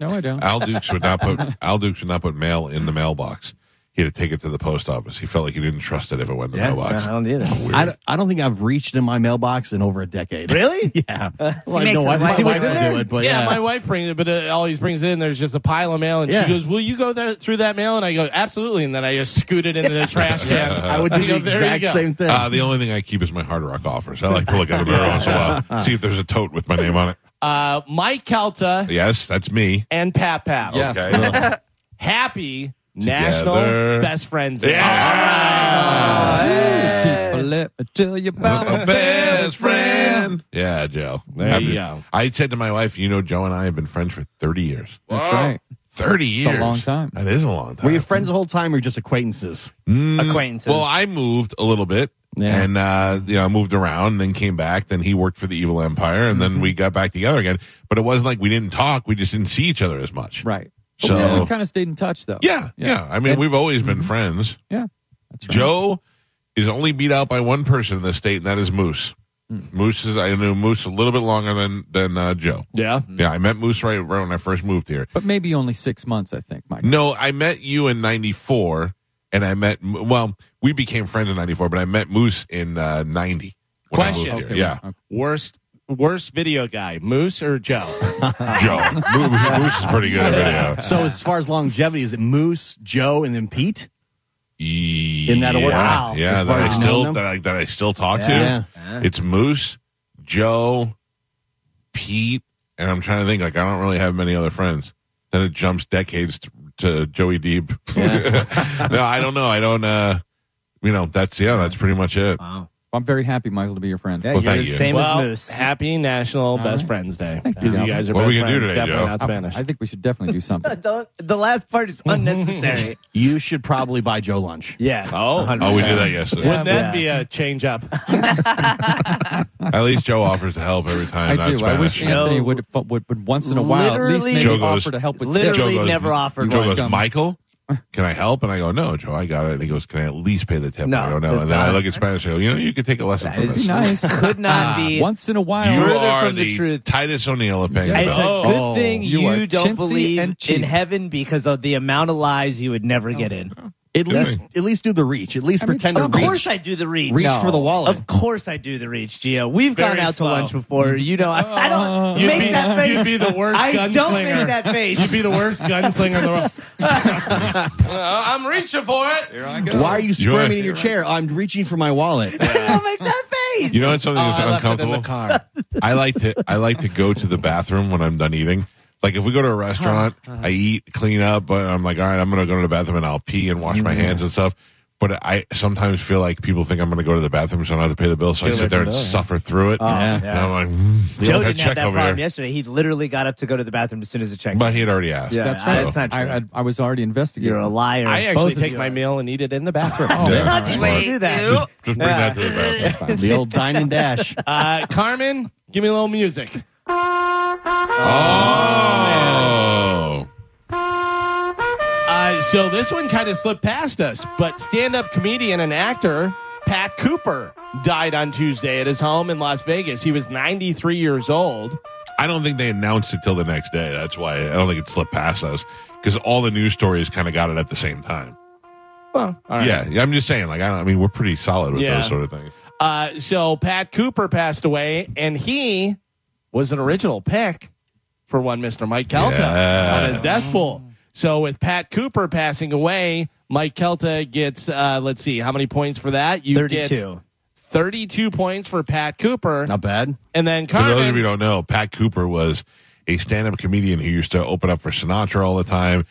Speaker 9: No, I don't.
Speaker 2: Al Dukes would not put Al Dukes would not put mail in the mailbox. He had to take it to the post office. He felt like he didn't trust it if it went in the
Speaker 5: Yeah,
Speaker 2: mailbox.
Speaker 6: I don't either.
Speaker 5: I, don't- I don't think I've reached in my mailbox in over a decade.
Speaker 6: Really?
Speaker 5: Yeah. Well,
Speaker 4: makes it
Speaker 5: I
Speaker 4: white. See
Speaker 5: know
Speaker 4: what's
Speaker 5: why
Speaker 4: in
Speaker 5: do it, but
Speaker 3: yeah,
Speaker 5: yeah.
Speaker 3: my wife brings it, but uh, all he brings it in, there's just a pile of mail, and
Speaker 5: Yeah.
Speaker 3: she goes, "Will you go there through that mail?" And I go, "Absolutely." And then I just scoot it into the trash can.
Speaker 5: I would do
Speaker 3: You go,
Speaker 5: the
Speaker 3: "There you
Speaker 5: exact
Speaker 3: go."
Speaker 5: same thing.
Speaker 2: Uh, the only thing I keep is my Hard Rock offers. I like to look at them every once in a while, see if there's a tote with my name on it.
Speaker 3: Uh, Mike Calta
Speaker 2: Yes, that's me.
Speaker 3: and Pat Pat.
Speaker 9: Yes.
Speaker 2: Okay.
Speaker 9: Well,
Speaker 3: Happy National Best Friends Day. Ah,
Speaker 2: Yeah.
Speaker 9: people, let me tell you about
Speaker 2: A
Speaker 9: my
Speaker 2: best friend. Yeah, Joe.
Speaker 3: There
Speaker 2: Happy-
Speaker 3: you go.
Speaker 2: I said to my wife, you know, Joe and I have been friends for 30 years.
Speaker 9: That's right.
Speaker 2: 30 years.
Speaker 9: a long time.
Speaker 2: That is a long time. Mm.
Speaker 5: Were you friends the whole time or just acquaintances?
Speaker 6: Acquaintances.
Speaker 2: Well, I moved a little bit.
Speaker 5: Yeah.
Speaker 2: And uh, you know, I moved around, then came back. Then he worked for the Evil Empire, and
Speaker 9: Mm-hmm.
Speaker 2: then we got back together again. But it wasn't like we didn't talk; we just didn't see each other as much.
Speaker 9: Right.
Speaker 2: So-
Speaker 9: yeah, we kind of stayed in touch, though.
Speaker 2: Yeah, yeah. I mean,
Speaker 9: And-
Speaker 2: we've always been friends.
Speaker 9: Yeah. That's right.
Speaker 2: Joe is only beat out by one person in this state, and that is Moose.
Speaker 9: Hmm.
Speaker 2: Moose is I knew Moose a little bit longer than than uh, Joe.
Speaker 3: Yeah.
Speaker 2: Yeah, I met Moose right, right when I first moved here.
Speaker 9: But maybe only six months, I think, Mike.
Speaker 2: No, I met you in '94, and I met well, we became friends in '94, but I met Moose in uh, '90. when I
Speaker 3: Question.
Speaker 2: moved here.
Speaker 9: Okay,
Speaker 2: yeah.
Speaker 9: well,
Speaker 3: Worst worst video guy, Moose or Joe?
Speaker 2: Joe. Moose, Moose is pretty good at video.
Speaker 5: So as far as longevity, is it Moose, Joe, and then Pete?
Speaker 2: In
Speaker 5: that order? Wow.
Speaker 2: Yeah, that
Speaker 5: As far
Speaker 2: I
Speaker 5: as knowing
Speaker 2: still
Speaker 5: them?
Speaker 2: that I, that I still talk
Speaker 5: Yeah.
Speaker 2: to. It's Moose, Joe, Pete, and I'm trying to think. Like I don't really have many other friends. Then it jumps decades to, to Joey Deeb. no, I don't know. I don't. uh You know, that's yeah. That's pretty much it.
Speaker 6: Wow.
Speaker 9: I'm very happy, Michael, to be your friend.
Speaker 6: Yeah,
Speaker 2: Well,
Speaker 6: you're
Speaker 2: thank
Speaker 6: the
Speaker 2: you.
Speaker 6: same
Speaker 3: well,
Speaker 6: as Moose.
Speaker 3: happy National Best
Speaker 9: right.
Speaker 3: Friends Day.
Speaker 9: Thank
Speaker 3: Because
Speaker 9: you.
Speaker 3: you guys are
Speaker 2: What are
Speaker 3: best
Speaker 2: we gonna do
Speaker 3: friends,
Speaker 2: today,
Speaker 3: definitely
Speaker 2: Joe?
Speaker 3: not
Speaker 9: I-
Speaker 3: Spanish.
Speaker 9: I think we should definitely do something.
Speaker 6: Don't, the last part is unnecessary.
Speaker 5: You should probably buy Joe lunch.
Speaker 6: yeah.
Speaker 3: Oh.
Speaker 6: 100%.
Speaker 2: Oh, we did that yesterday.
Speaker 3: Wouldn't
Speaker 6: Yeah.
Speaker 3: that be a change up?
Speaker 2: At least Joe offers to help every time.
Speaker 9: I
Speaker 2: not
Speaker 9: do. I wish
Speaker 2: Spanish.
Speaker 9: Anthony would, would, would once in a while at least
Speaker 6: Literally-
Speaker 9: maybe
Speaker 2: Joe goes-
Speaker 9: offer to help with
Speaker 6: literally
Speaker 9: tips.
Speaker 2: Joe goes,
Speaker 6: never offered
Speaker 2: Joe
Speaker 9: one.
Speaker 2: goes, Michael, can I help? And I go, no, Joe, I got it. And he goes, can I at least pay the tip?
Speaker 6: No,
Speaker 2: I go, no.
Speaker 6: that's
Speaker 2: And then I
Speaker 6: not-
Speaker 2: look at Spanish. I go, you know, you could take a lesson
Speaker 9: That
Speaker 2: from
Speaker 9: is
Speaker 2: us.
Speaker 9: nice. Ah,
Speaker 6: Could not be.
Speaker 9: Once in a while.
Speaker 2: You
Speaker 6: Further
Speaker 2: are
Speaker 6: from the
Speaker 2: the,
Speaker 6: truth.
Speaker 2: Titus O'Neill of Pangabell.
Speaker 6: It's a good
Speaker 9: Oh,
Speaker 6: thing
Speaker 9: you
Speaker 6: you,
Speaker 9: are
Speaker 6: don't
Speaker 9: chintzy
Speaker 6: believe
Speaker 9: and
Speaker 6: in
Speaker 9: cheap. Oh,
Speaker 6: heaven because of the amount of lies you would never get in.
Speaker 5: At least, at least do the reach. At least
Speaker 9: I mean,
Speaker 5: pretend
Speaker 9: some-
Speaker 6: Of
Speaker 5: to reach.
Speaker 6: course, I do the reach.
Speaker 5: reach for the wallet.
Speaker 6: Of course, I do the reach, Gio. We've
Speaker 3: Very
Speaker 6: gone out
Speaker 3: slow.
Speaker 6: to lunch before. You know, I, I don't
Speaker 3: You'd
Speaker 6: make
Speaker 3: be-
Speaker 6: that face.
Speaker 3: you'd be the worst
Speaker 6: I don't
Speaker 3: gunslinger.
Speaker 6: make that face.
Speaker 3: You'd be the worst gunslinger in the world. Uh, I'm reaching for it.
Speaker 5: Why are
Speaker 2: You're-
Speaker 5: you squirming in your chair? I'm reaching for my wallet.
Speaker 6: I don't make that face.
Speaker 2: You know what's something that's uncomfortable?
Speaker 3: car.
Speaker 2: I like to I like to go to the bathroom when I'm done eating. Like if we go to a restaurant, I eat, clean up, but I'm like, all right, I'm gonna go to the bathroom and I'll pee and wash my hands and stuff. But I sometimes feel like people think I'm gonna go to the bathroom, so I don't have to pay the bill. So I sit there and suffer through it.
Speaker 5: yeah.
Speaker 2: And I'm like, mm, we
Speaker 6: Joe
Speaker 2: don't have
Speaker 6: didn't have
Speaker 2: check
Speaker 6: that
Speaker 2: over
Speaker 6: problem
Speaker 2: here.
Speaker 6: yesterday. He literally got up to go to the bathroom as soon as the check.
Speaker 2: But he had already asked.
Speaker 6: Yeah,
Speaker 9: That's
Speaker 6: I-
Speaker 9: right.
Speaker 6: that's not
Speaker 9: I,
Speaker 6: true.
Speaker 9: I, I was already investigating.
Speaker 6: You're a liar.
Speaker 3: I
Speaker 6: Both
Speaker 3: actually
Speaker 6: of
Speaker 3: take
Speaker 6: you
Speaker 3: my
Speaker 6: are.
Speaker 3: meal and eat it in the bathroom.
Speaker 2: Yeah.
Speaker 6: Not
Speaker 2: Just-
Speaker 6: you don't do that.
Speaker 4: Wait, you-
Speaker 2: Just bring that to the bathroom.
Speaker 5: the old dine and dash.
Speaker 3: Uh, Carmen, give me a little music.
Speaker 2: Oh,
Speaker 3: Uh, so this one kind of slipped past us, but stand-up comedian and actor Pat Cooper died on Tuesday at his home in Las Vegas. He was 93 years old.
Speaker 2: I don't think they announced it till the next day. That's why I don't think it slipped past us because all the news stories kind of got it at the same time.
Speaker 3: Well, all right.
Speaker 2: Yeah, I'm just saying. Like, I, don't, I mean, we're pretty solid with
Speaker 3: Yeah.
Speaker 2: those sort of things.
Speaker 3: Uh, so Pat Cooper passed away, and he was an original pick for one Mr. Mike Kelta
Speaker 2: Yeah.
Speaker 3: on his death pool. So with Pat Cooper passing away, Mike Kelta gets uh, let's see how many points for that. You get
Speaker 6: Thirty-two.
Speaker 3: 32 points for Pat Cooper,
Speaker 5: Not bad.
Speaker 3: and then
Speaker 2: For those
Speaker 3: Carmen.
Speaker 2: of you who don't know, Pat Cooper was a stand-up comedian who used to open up for Sinatra all the time,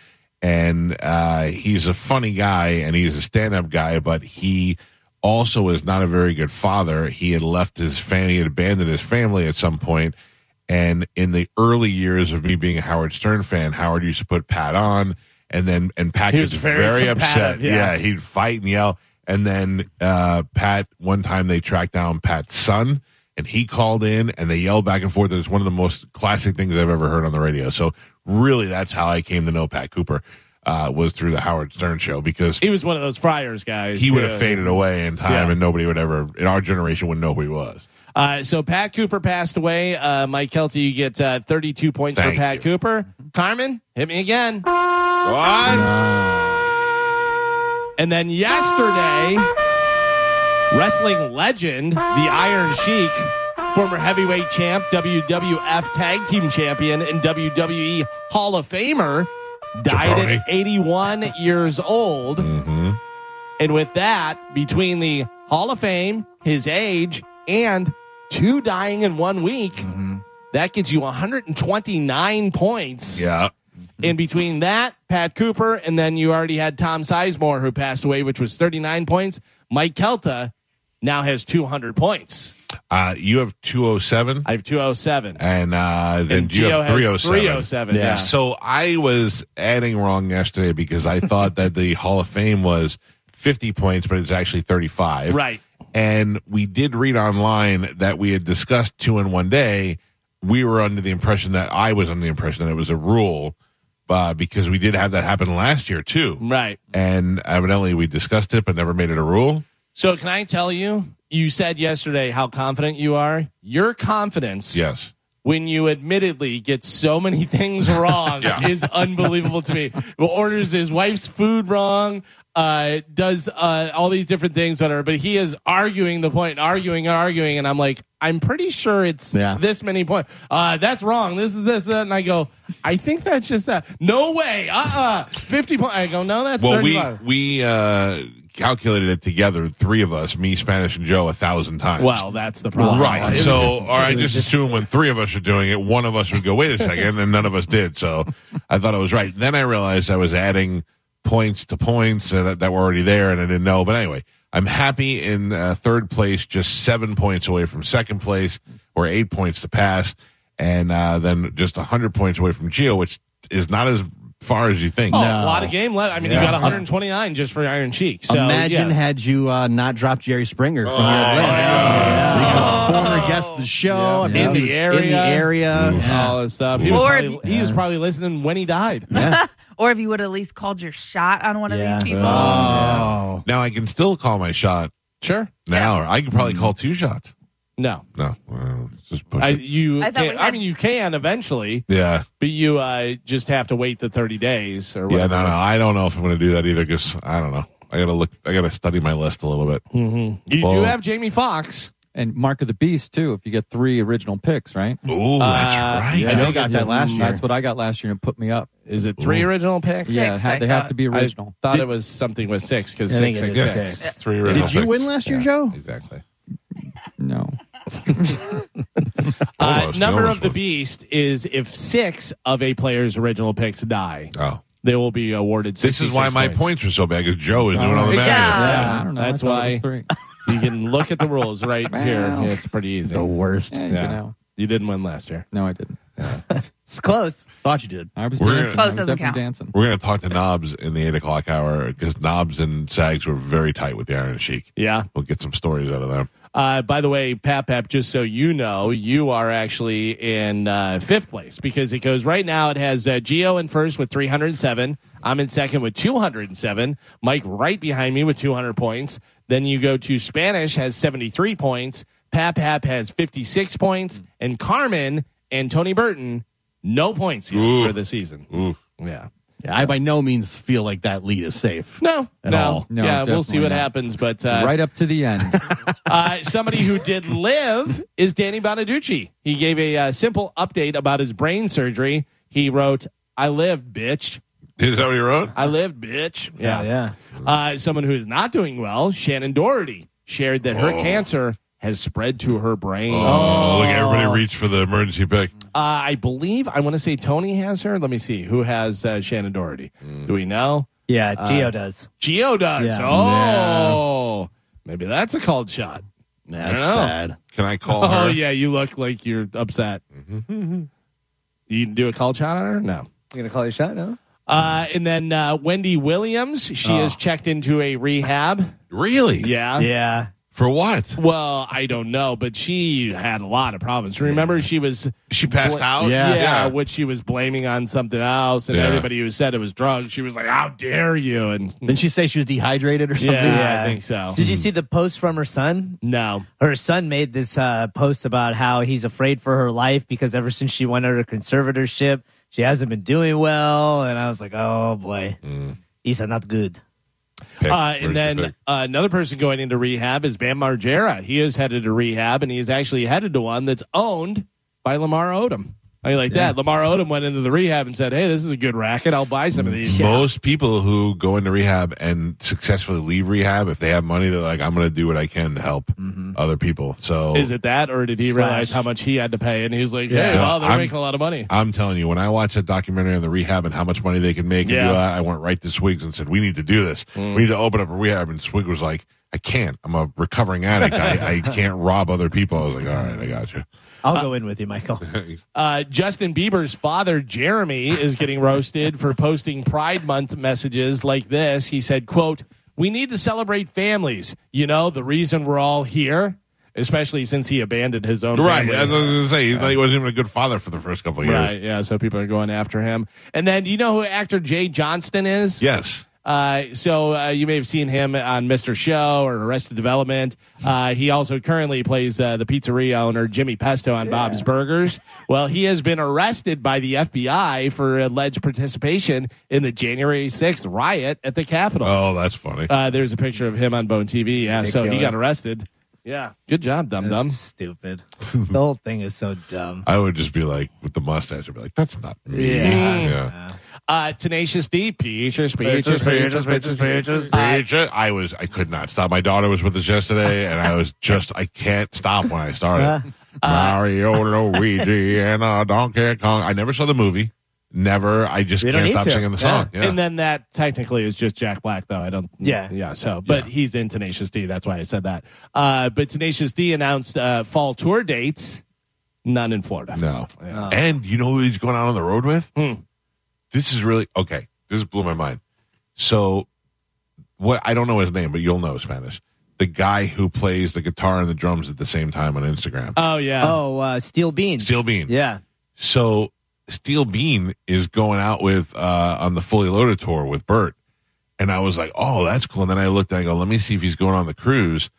Speaker 2: and uh, he's a funny guy and he's a stand-up guy, but he also is not a very good father. He had left his family, he had abandoned his family at some point, and in the early years of me being a Howard Stern fan, Howard used to put Pat on, and then and Pat
Speaker 3: He
Speaker 2: gets
Speaker 3: was
Speaker 2: very,
Speaker 3: very
Speaker 2: upset.
Speaker 3: combative, yeah.
Speaker 2: yeah, he'd fight and yell. And then uh, Pat, one time they tracked down Pat's son, and he called in, and they yelled back and forth. It was one of the most classic things I've ever heard on the radio. So really, that's how I came to know Pat Cooper uh, was through the Howard Stern show because
Speaker 3: He was one of those Friars guys.
Speaker 2: he would
Speaker 3: too.
Speaker 2: have faded away in time,
Speaker 3: Yeah.
Speaker 2: and nobody would ever in our generation would know who he was.
Speaker 3: Uh, so Pat Cooper passed away. Uh, Mike Kelty, you get uh, 32 points
Speaker 2: Thank
Speaker 3: for Pat
Speaker 2: you.
Speaker 3: Cooper. Carmen, hit me again.
Speaker 2: What?
Speaker 3: And then yesterday, wrestling legend, the Iron Sheik, former heavyweight champ, WWF Tag Team Champion, and WWE Hall of Famer, died
Speaker 2: Jabroni.
Speaker 3: at 81 years old. And with that, between the Hall of Fame, his age, and two dying in one week, that gets you 129 points
Speaker 2: Yeah.
Speaker 3: in between that, Pat Cooper, and then you already had Tom Sizemore, who passed away, which was 39 points. Mike Kelta now has 200 points.
Speaker 2: Uh, you have two oh seven.
Speaker 3: I have 207.
Speaker 2: and uh, then
Speaker 3: And
Speaker 2: you
Speaker 3: Gio
Speaker 2: have
Speaker 3: has
Speaker 2: 307.
Speaker 3: 307, yeah.
Speaker 2: So I was adding wrong yesterday because I thought that the Hall of Fame was 50 points, but it's actually 35.
Speaker 3: Right.
Speaker 2: And we did read online that we had discussed two in one day. We were under the impression that I was under the impression that it was a rule uh, because we did have that happen last year, too.
Speaker 3: Right.
Speaker 2: And evidently we discussed it, but never made it a rule.
Speaker 3: So, can I tell you? You said yesterday how confident you are. Your confidence
Speaker 2: Yes.
Speaker 3: when you admittedly get so many things wrong
Speaker 2: Yeah.
Speaker 3: is unbelievable to me. Well, orders his wife's food wrong, uh, does uh, all these different things, whatever. But he is arguing the point, arguing and arguing, and I'm like, I'm pretty sure it's
Speaker 5: Yeah.
Speaker 3: this many points. Uh, that's wrong. This is this, that. and I go, I think that's just that. No way. Uh, uh fifty points. I go, no, that's
Speaker 2: Well, we
Speaker 3: 35.
Speaker 2: we uh, calculated it together, three of us, me, Spanish, and Joe, a thousand times.
Speaker 3: well, that's the problem.
Speaker 2: right.
Speaker 3: It
Speaker 2: So,
Speaker 3: was-
Speaker 2: all right, just assume when three of us are doing it, one of us would go, wait a second, and none of us did. So I thought I was right. Then I realized I was adding points to points and, that were already there, and I didn't know. But anyway, I'm happy in uh, third place, just seven points away from second place, or eight points to pass, and uh, then just 100 points away from Geo, which is not as far as you think.
Speaker 3: Oh, a lot of game left. I mean, you
Speaker 2: Yeah.
Speaker 3: got 129 just for Iron Cheek. So,
Speaker 5: Imagine
Speaker 3: yeah.
Speaker 5: had you uh, not dropped Jerry Springer from your list. Because
Speaker 9: Oh.
Speaker 5: former guest of the show. I mean,
Speaker 3: In
Speaker 5: he
Speaker 3: the
Speaker 5: was
Speaker 3: area.
Speaker 5: In the area.
Speaker 9: Uh,
Speaker 3: all this stuff. He was,
Speaker 4: Or
Speaker 3: probably,
Speaker 4: if-
Speaker 3: he was probably listening when he died.
Speaker 4: Or Or if you would at least called your shot on one of
Speaker 6: Yeah.
Speaker 4: these people.
Speaker 5: Oh.
Speaker 2: Now I can still call my shot
Speaker 3: Sure.
Speaker 2: now, or I can probably call two shots.
Speaker 3: No.
Speaker 2: No, well, let's just push
Speaker 3: Mm-hmm. I,
Speaker 2: it.
Speaker 3: you
Speaker 4: I thought we
Speaker 3: can't, I
Speaker 4: had-
Speaker 3: mean, you can eventually,
Speaker 2: Yeah,
Speaker 3: but you uh, just have to wait the 30 days or
Speaker 2: yeah,
Speaker 3: whatever.
Speaker 2: no, no, I don't know if I'm going to do that either because I don't know. I gotta look. I gotta study my list a little bit.
Speaker 3: Mm-hmm. You
Speaker 2: Well-
Speaker 3: do have Jamie Foxx.
Speaker 9: And Mark of the Beast too. If you get three original picks, right? Mm.
Speaker 2: Oh,
Speaker 3: Uh,
Speaker 2: that's right.
Speaker 5: I know got that last year.
Speaker 9: That's what I got last year and it put me up.
Speaker 3: Is it three
Speaker 2: Ooh.
Speaker 3: original picks?
Speaker 9: yeah, it
Speaker 4: Six,
Speaker 9: ha-
Speaker 4: I
Speaker 9: they have
Speaker 4: thought.
Speaker 9: to be original.
Speaker 3: Thought it was something with six because
Speaker 6: I
Speaker 3: six,
Speaker 6: think
Speaker 3: six,
Speaker 6: it is
Speaker 3: six.
Speaker 6: six.
Speaker 2: Three original
Speaker 5: Did you
Speaker 2: picks.
Speaker 5: win last year, Joe?
Speaker 2: Exactly.
Speaker 9: no,
Speaker 3: Uh,
Speaker 2: Almost,
Speaker 3: number
Speaker 2: almost
Speaker 3: of the
Speaker 2: won.
Speaker 3: beast is if six of a player's original picks die,
Speaker 2: Oh,
Speaker 3: they will be awarded.
Speaker 2: this is why
Speaker 3: 66
Speaker 2: my
Speaker 3: points.
Speaker 2: points were so bad because Joe is doing all the
Speaker 3: Exactly.
Speaker 2: math.
Speaker 4: Yeah.
Speaker 9: I don't know.
Speaker 3: That's
Speaker 9: I thought it was
Speaker 3: why-
Speaker 9: three.
Speaker 3: You can look at the rules right
Speaker 9: Wow.
Speaker 3: here. Yeah, it's pretty easy.
Speaker 5: worst.
Speaker 9: Yeah, you
Speaker 3: Yeah.
Speaker 9: know.
Speaker 3: You didn't win last year.
Speaker 9: No, I didn't.
Speaker 6: It's close.
Speaker 5: Thought you did.
Speaker 9: I was
Speaker 2: We're-
Speaker 9: dancing.
Speaker 4: Close
Speaker 9: I was
Speaker 4: doesn't
Speaker 9: definitely
Speaker 4: count.
Speaker 9: dancing.
Speaker 2: We're gonna talk to Knobs in the eight o'clock hour because Knobs and Sags were very tight with the Iron Sheik.
Speaker 3: Yeah.
Speaker 2: We'll get some stories out of them.
Speaker 3: Uh, by the way, Pap Pap, just so you know, you are actually in uh, fifth place because it goes right now. It has uh, Geo in first with 307. I'm in second with 207. Mike right behind me with 200 points. Then you go to Spanish has 73 points. Pap Pap has 56 points, and Carmen and Tony Burton no points yet
Speaker 2: Ooh.
Speaker 3: for the season.
Speaker 2: Ooh.
Speaker 3: Yeah.
Speaker 5: Yeah, I by no means feel like that lead is safe.
Speaker 3: No,
Speaker 5: At
Speaker 3: no,
Speaker 5: all.
Speaker 9: No,
Speaker 3: yeah, we'll
Speaker 9: definitely
Speaker 3: see what
Speaker 9: not.
Speaker 3: happens. But uh,
Speaker 9: right up to the end.
Speaker 3: uh, somebody who did live is Danny Bonaducci. He gave a uh, simple update about his brain surgery. He wrote, "I lived, bitch.
Speaker 2: Is that what you wrote?
Speaker 3: I lived, bitch."
Speaker 6: Yeah, yeah.
Speaker 3: Uh, someone who is not doing well, Shannon Doherty, shared that
Speaker 9: Oh.
Speaker 3: her cancer has spread to her brain.
Speaker 2: Oh, look, everybody reached for the emergency pick.
Speaker 3: Uh, I believe I want to say Tony has her. Let me see who has uh, Shannon Doherty. Do we know?
Speaker 6: Yeah, Geo does.
Speaker 3: Geo does.
Speaker 6: Yeah.
Speaker 3: Oh, maybe that's a cold shot.
Speaker 5: That's
Speaker 3: know.
Speaker 5: sad.
Speaker 2: Can I call her? Mm-hmm.
Speaker 3: Oh yeah, you look like you're upset. you can do a call shot on her? No.
Speaker 6: You gonna call your shot? No.
Speaker 3: Uh, and then uh, Wendy Williams, she is checked into a rehab.
Speaker 2: Really?
Speaker 3: Oh. Yeah.
Speaker 6: Yeah.
Speaker 2: For what?
Speaker 3: Well, I don't know, but she had a lot of problems. Remember, she was
Speaker 2: She passed
Speaker 3: What-
Speaker 2: out?
Speaker 5: Yeah.
Speaker 3: yeah, Uh, which she was blaming on something else, and
Speaker 2: Yeah.
Speaker 3: everybody who said it was drugs, she was like, "How dare you!" And
Speaker 5: Didn't she say she was dehydrated or something?
Speaker 3: yeah,
Speaker 6: Yeah.
Speaker 3: I think so.
Speaker 6: Did you see the post from her son?
Speaker 3: No.
Speaker 6: Her son made this uh, post about how he's afraid for her life because ever since she went under conservatorship, she hasn't been doing well. And I was like, oh boy,
Speaker 2: Mm.
Speaker 6: these are not good.
Speaker 2: Pick.
Speaker 3: Uh,
Speaker 2: Where's the
Speaker 3: and then uh,
Speaker 2: pick?
Speaker 3: another person going into rehab is Bam Margera. He is headed to rehab, and he is actually headed to one that's owned by Lamar Odom. I mean, like that. Lamar Odom went into the rehab and said, "Hey, this is a good racket. I'll buy some of these."
Speaker 2: Most people who go into rehab and successfully leave rehab, if they have money, they're like, I'm going to do what I can to help other people. So
Speaker 3: Mm-hmm. Is it that, or did he
Speaker 6: Slash.
Speaker 3: realize how much he had to pay? And he's like, "Hey,
Speaker 2: Yeah.
Speaker 3: well, they're
Speaker 2: I'm-
Speaker 3: making a lot of money."
Speaker 2: I'm telling you, when I watch that documentary on the rehab and how much money they can make, and
Speaker 3: Yeah. Mm.
Speaker 2: do that, I went right to Swigs and said, "We need to do this. We need to open up a rehab." And Swig was like, "I can't. I'm a recovering addict. I, I can't rob other people." I was like, "All right, I got you."
Speaker 6: I'll go in with you, Michael.
Speaker 3: Uh, Justin Bieber's father, Jeremy, is getting roasted for posting Pride Month messages like this. He said, quote, we need to celebrate families. You know, the reason we're all here, especially since he abandoned his own
Speaker 2: Right,
Speaker 3: family.
Speaker 2: that's what I was going to say. He's not, he wasn't even a good father for the first couple of years.
Speaker 3: Right, yeah, so people are going after him. And then, do you know who actor Jay Johnston is?
Speaker 2: Yes.
Speaker 3: Uh, so uh, you may have seen him on Mr. Show or Arrested Development. Uh, he also currently plays uh, the pizzeria owner Jimmy Pesto on Bob's Burgers. Well, he has been arrested by the FBI for alleged participation in the January 6th riot at the Capitol.
Speaker 2: Oh, that's funny.
Speaker 3: Uh, there's a picture of him on Bone TV. Yeah, so he got
Speaker 6: Ridiculous.
Speaker 3: arrested. Yeah, good job, Dum
Speaker 6: That's
Speaker 3: Dum.
Speaker 6: Stupid. the whole thing is so dumb.
Speaker 2: I would just be like, with the mustache, I'd be like, "That's not me."
Speaker 6: Yeah.
Speaker 2: yeah.
Speaker 3: Uh, Tenacious D, Peaches, Peaches, Peaches, Peaches, Peaches.
Speaker 6: Uh,
Speaker 3: Uh,
Speaker 2: It ju- I was, I could not stop. My daughter was with us yesterday, and I was just, I can't stop when I
Speaker 6: Uh,
Speaker 2: started. Mario, Luigi, and uh, Donkey Kong. I never saw the movie. Never. I just
Speaker 6: We don't
Speaker 2: can't
Speaker 6: need
Speaker 2: stop
Speaker 6: to.
Speaker 2: singing the song. Yeah.
Speaker 3: And then that technically is just Jack Black, though. I don't.
Speaker 6: Yeah.
Speaker 3: Yeah. So, but he's in Tenacious D. That's why I said that. Uh, but Tenacious D announced uh, fall tour dates, none in Florida.
Speaker 2: no. And you know who he's going out on the road with? This is really okay. This blew my mind. So, what I don't know his name, but you'll know Spanish. The guy who plays the guitar and the drums at the same time on Instagram.
Speaker 3: Oh yeah.
Speaker 6: Oh, uh, Steel Beans.
Speaker 2: Steel Bean.
Speaker 6: Yeah.
Speaker 2: So Steel Bean is going out with uh, on the Fully Loaded tour with Bert, and I was like, oh, that's cool. And then I looked and I go, let me see if he's going on the cruise.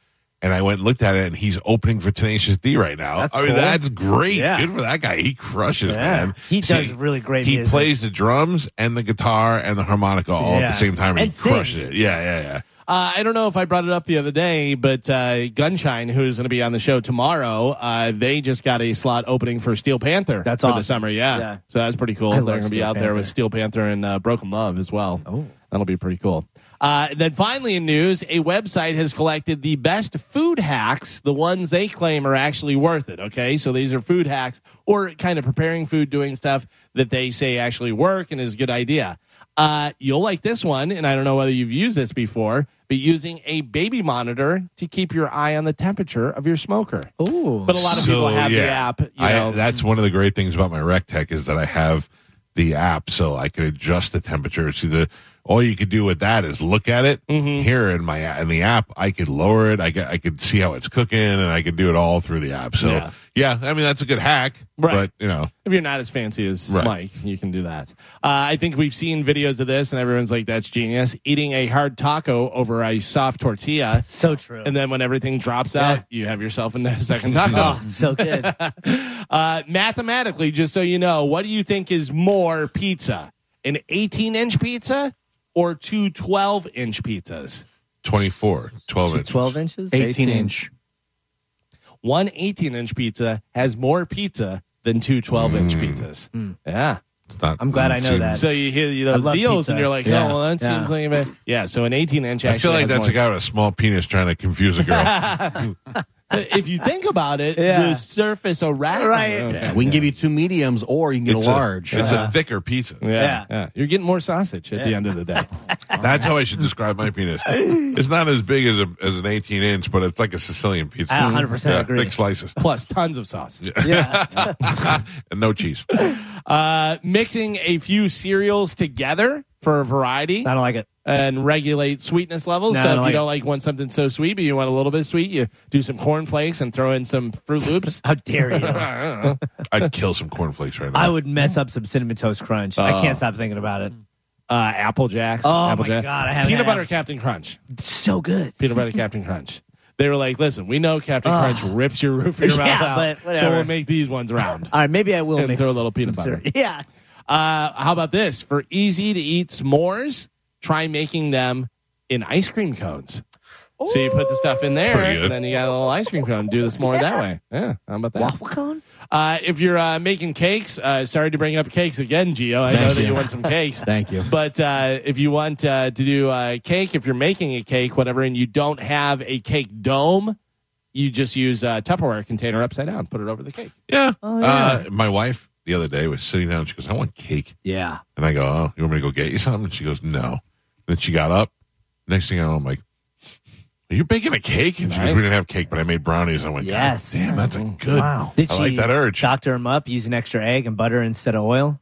Speaker 2: And I went and looked at it, and he's opening for Tenacious D right now.
Speaker 6: That's
Speaker 2: I mean,
Speaker 6: cool.
Speaker 2: that's great.
Speaker 6: Yeah.
Speaker 2: Good for that guy. He crushes,
Speaker 6: Yeah.
Speaker 2: man.
Speaker 6: He
Speaker 2: See,
Speaker 6: does really great
Speaker 2: He
Speaker 6: music.
Speaker 2: plays the drums and the guitar and the harmonica all at
Speaker 6: Yeah.
Speaker 2: the same time, and,
Speaker 6: And
Speaker 2: he crushes
Speaker 6: sings.
Speaker 2: it. Yeah, yeah, yeah.
Speaker 3: Uh, I don't know if I brought it up the other day, but uh, Gunshine, who is going to be on the show tomorrow, uh, they just got a slot opening for Steel Panther.
Speaker 6: That's
Speaker 3: for the
Speaker 6: awesome.
Speaker 3: summer, yeah.
Speaker 6: Yeah.
Speaker 3: So that's pretty cool.
Speaker 6: I
Speaker 3: They're
Speaker 6: love
Speaker 3: going to be
Speaker 6: Steel
Speaker 3: out there with
Speaker 6: Panther.
Speaker 3: Steel Panther and uh, Broken Love as well. Oh, that'll be pretty cool. Uh, then finally, in news, a website has collected the best food hacks, the ones they claim are actually worth it. Okay, so these are food hacks or kind of preparing food, doing stuff that they say actually work and is a good idea. Uh, you'll like this one, and I don't know whether you've used this before, but using a baby monitor to keep your eye on the temperature of your smoker.
Speaker 6: Ooh.
Speaker 3: But a lot of people
Speaker 2: So,
Speaker 3: have the
Speaker 2: yeah.
Speaker 3: app. You
Speaker 2: I-
Speaker 3: know,
Speaker 2: that's one of the great things about my RecTech is that I have the app, so I can adjust the temperature. See the all you could do with that is look at it
Speaker 3: Mm-hmm.
Speaker 2: here in my in the app. I could lower it. I could, I could see how it's cooking, and I could do it all through the app. So
Speaker 3: Yeah.
Speaker 2: yeah, I mean that's a good hack.
Speaker 3: Right.
Speaker 2: But you know,
Speaker 3: if you're not as fancy as
Speaker 2: Right.
Speaker 3: Mike, you can do that. Uh, I think we've seen videos of this, and everyone's like, "That's genius!" Eating a hard taco over a soft tortilla,
Speaker 6: So true.
Speaker 3: and then when everything drops
Speaker 6: Yeah.
Speaker 3: out, you have yourself a second taco.
Speaker 6: oh, so good.
Speaker 3: uh, mathematically, just so you know, what do you think is more pizza? An 18 inch pizza or two 12 inch pizzas?
Speaker 2: 24, 12 inches.
Speaker 6: 12 inches?
Speaker 5: 18 inch.
Speaker 3: One 18 inch pizza has more pizza than two 12 inch pizzas. Yeah.
Speaker 2: It's not-
Speaker 6: I'm glad I know
Speaker 2: seems-
Speaker 6: that.
Speaker 3: So you hear you-
Speaker 6: I
Speaker 3: those
Speaker 6: love
Speaker 3: deals
Speaker 6: pizza.
Speaker 3: and you're like,
Speaker 6: Yeah.
Speaker 3: oh, well, that
Speaker 6: Yeah.
Speaker 3: seems like a bit. Yeah, so an 18 inch
Speaker 2: I feel like that's a guy with a small penis trying to confuse a girl.
Speaker 3: If you think about it,
Speaker 6: Yeah.
Speaker 3: the surface around.
Speaker 6: Right.
Speaker 3: Okay.
Speaker 5: Yeah, we can give you two mediums or you can get
Speaker 2: it's
Speaker 5: a large.
Speaker 2: A, it's a thicker pizza.
Speaker 3: Yeah.
Speaker 6: Yeah.
Speaker 3: yeah. You're getting more sausage at the end of the day.
Speaker 2: That's how I should describe my penis. It's not as big as a as an eighteen inch, but it's like a Sicilian pizza.
Speaker 6: I 100% agree.
Speaker 2: Big slices
Speaker 3: Plus tons of sauce.
Speaker 6: yeah.
Speaker 2: and no cheese.
Speaker 3: Uh, mixing a few cereals together for variety
Speaker 6: I don't like it.
Speaker 3: and regulate sweetness levels.
Speaker 6: No,
Speaker 3: so
Speaker 6: I
Speaker 3: if
Speaker 6: don't
Speaker 3: you
Speaker 6: like
Speaker 3: don't
Speaker 6: it.
Speaker 3: like want something so sweet, but you want a little bit sweet, you do some cornflakes and throw in some Fruit Loops.
Speaker 6: How dare you?
Speaker 3: I don't know.
Speaker 2: I'd kill some cornflakes right now.
Speaker 6: I would mess up some cinnamon toast crunch. I can't stop thinking about it.
Speaker 3: Uh, Apple Jacks.
Speaker 6: Oh,
Speaker 3: Apple
Speaker 6: my
Speaker 3: Jack-
Speaker 6: God, I haven't
Speaker 3: Peanut
Speaker 6: had
Speaker 3: butter
Speaker 6: Apple-
Speaker 3: Captain Crunch.
Speaker 6: It's so good.
Speaker 3: Peanut butter Captain Crunch. They were like, listen, we know Captain Crunch rips your roof of your
Speaker 6: Yeah,
Speaker 3: mouth out,
Speaker 6: but
Speaker 3: so we'll
Speaker 6: whatever.
Speaker 3: make these ones round.
Speaker 6: All right, maybe I will
Speaker 3: And
Speaker 6: mix
Speaker 3: throw a little peanut
Speaker 6: some
Speaker 3: butter.
Speaker 6: syrup. Yeah.
Speaker 3: Uh, how about this? For easy to eat s'mores, try making them in ice cream cones. So you put the stuff in there,
Speaker 2: Pretty good.
Speaker 3: and then you got a little ice cream cone. Do the s'more that way. Yeah, how about that?
Speaker 6: Waffle cone?
Speaker 3: Uh, if you're uh, making cakes, uh, sorry to bring up cakes again, Gio. I know
Speaker 5: Thank
Speaker 3: that you
Speaker 5: you.
Speaker 3: want some cakes.
Speaker 5: Thank you.
Speaker 3: But uh, if you want uh, to do a cake, if you're making a cake, whatever, and you don't have a cake dome, you just use a Tupperware container upside down, put it over the cake.
Speaker 2: yeah.
Speaker 6: yeah.
Speaker 2: Uh, my wife the other day was sitting down. She goes, "I want cake,"
Speaker 6: Yeah.
Speaker 2: and I go, "Oh, you want me to go get you some?" And she goes, "No." Then she got up. Next thing I know, I'm like. Are you baking a cake? And she goes,
Speaker 3: Nice.
Speaker 2: "We didn't have cake, but I made brownies." I went, "God
Speaker 6: Yes.
Speaker 2: damn, that's a good."
Speaker 6: Wow. Did
Speaker 2: I
Speaker 6: she
Speaker 2: like that urge.
Speaker 6: doctor him up, use an extra egg and butter instead of oil?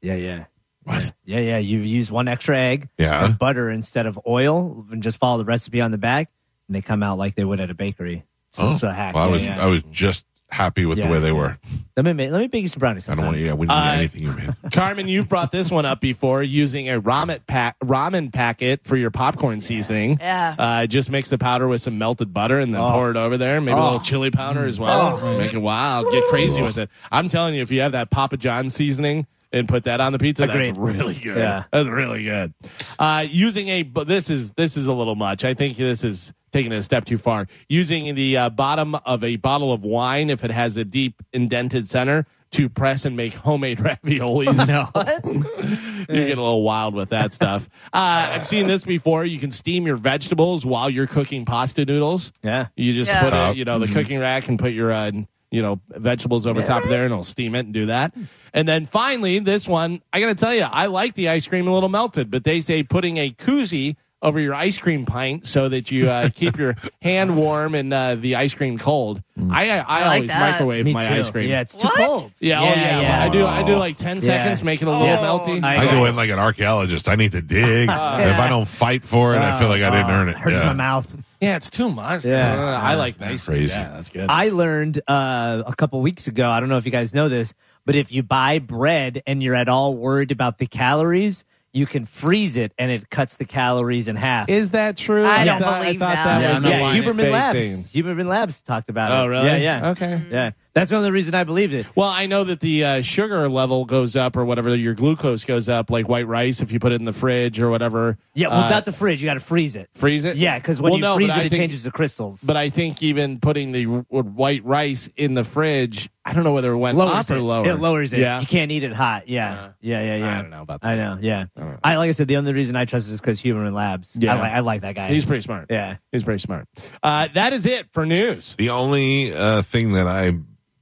Speaker 6: Yeah, yeah.
Speaker 2: What?
Speaker 6: Yeah, yeah. You use one extra egg
Speaker 2: Yeah.
Speaker 6: and butter instead of oil and just follow the recipe on the back, and they come out like they would at a bakery. So
Speaker 2: Oh.
Speaker 6: it's a hack.
Speaker 2: Well, I
Speaker 6: Yeah,
Speaker 2: was
Speaker 6: yeah.
Speaker 2: I was just happy with
Speaker 6: Yeah.
Speaker 2: the way they were.
Speaker 6: let, me, ma- let me bake you some brownies.
Speaker 2: I don't want to.
Speaker 6: sometime.
Speaker 2: Yeah, we didn't
Speaker 3: Uh,
Speaker 2: eat anything you made.
Speaker 3: Carmen, you brought this one up before using a ramen, pack, ramen packet for your popcorn seasoning.
Speaker 4: Yeah.
Speaker 3: Uh, just mix the powder with some melted butter and then pour it over there. Maybe a little chili powder as well. Make it wild. Get crazy with it. I'm telling you, if you have that Papa John seasoning and put that on the pizza,
Speaker 6: Agreed.
Speaker 3: that's really good.
Speaker 6: Yeah.
Speaker 3: That's really good. Uh, using a, but this is, this is a little much. I think this is taking it a step too far. Using the uh, bottom of a bottle of wine, if it has a deep indented center, to press and make homemade raviolis. no you get a little wild with that stuff. Uh, I've seen this before. You can steam your vegetables while you're cooking pasta noodles.
Speaker 6: Yeah.
Speaker 3: You just
Speaker 4: Yeah.
Speaker 3: put
Speaker 2: Top.
Speaker 3: it, you know, the cooking rack and put your, uh, you know, vegetables over top of there and it'll steam it and do that. And then finally, this one, I got to tell you, I like the ice cream a little melted, but they say putting a koozie over your ice cream pint so that you uh, keep your hand warm and uh, the ice cream cold. I I, I,
Speaker 4: I like
Speaker 3: always
Speaker 4: that.
Speaker 3: microwave
Speaker 6: Mm. Me
Speaker 3: my
Speaker 6: too.
Speaker 3: ice cream.
Speaker 6: Yeah, it's too
Speaker 4: What?
Speaker 6: cold.
Speaker 3: Yeah, oh, yeah, I do. I do like ten
Speaker 6: Yeah.
Speaker 3: seconds, make it a little
Speaker 6: Yes.
Speaker 3: melty.
Speaker 6: I-
Speaker 2: I go in like an archaeologist. I need to dig. If I don't fight for it, I feel like I didn't
Speaker 6: Oh,
Speaker 2: earn it.
Speaker 6: Hurts
Speaker 2: Yeah.
Speaker 6: my mouth.
Speaker 3: yeah, it's too much.
Speaker 6: Yeah.
Speaker 3: Uh, I like nice.
Speaker 2: Crazy.
Speaker 3: Yeah, that's good.
Speaker 6: I learned uh, a couple weeks ago. I don't know if you guys know this, but if you buy bread and you're at all worried about the calories, you can freeze it and it cuts the calories in half.
Speaker 3: Is that true?
Speaker 4: I don't believe that.
Speaker 10: Yeah,
Speaker 3: was-
Speaker 10: I'm not
Speaker 6: yeah,
Speaker 10: lying.
Speaker 6: Huberman
Speaker 10: Fake
Speaker 6: Labs.
Speaker 10: things.
Speaker 6: Huberman Labs talked about it.
Speaker 3: Oh, really?
Speaker 6: Yeah, yeah.
Speaker 3: Okay.
Speaker 6: Yeah. That's the only reason I believed it.
Speaker 3: Well, I know that the uh, sugar level goes up or whatever, your glucose goes up, like white rice if you put it in the fridge or whatever.
Speaker 6: Yeah, well,
Speaker 3: Uh,
Speaker 6: without the fridge, you got to freeze it.
Speaker 3: freeze it.
Speaker 6: Yeah, because when
Speaker 3: Well,
Speaker 6: you
Speaker 3: no,
Speaker 6: freeze
Speaker 3: but
Speaker 6: it,
Speaker 3: I
Speaker 6: it
Speaker 3: think-
Speaker 6: changes the crystals.
Speaker 3: But I think even putting the w- white rice in the fridge, I don't know whether it went
Speaker 6: lowers
Speaker 3: up or
Speaker 6: it.
Speaker 3: lower.
Speaker 6: It lowers it.
Speaker 3: Yeah.
Speaker 6: You can't eat it hot. Yeah.
Speaker 3: Uh,
Speaker 6: yeah, yeah, yeah.
Speaker 3: I don't know about that.
Speaker 6: I know. Yeah. I like I said, the only reason I trust is because Huberman Labs.
Speaker 3: Yeah.
Speaker 6: I, li- I like that guy.
Speaker 3: He's pretty smart.
Speaker 6: yeah.
Speaker 3: He's pretty smart. Uh, that is it for news.
Speaker 2: The only uh, thing that I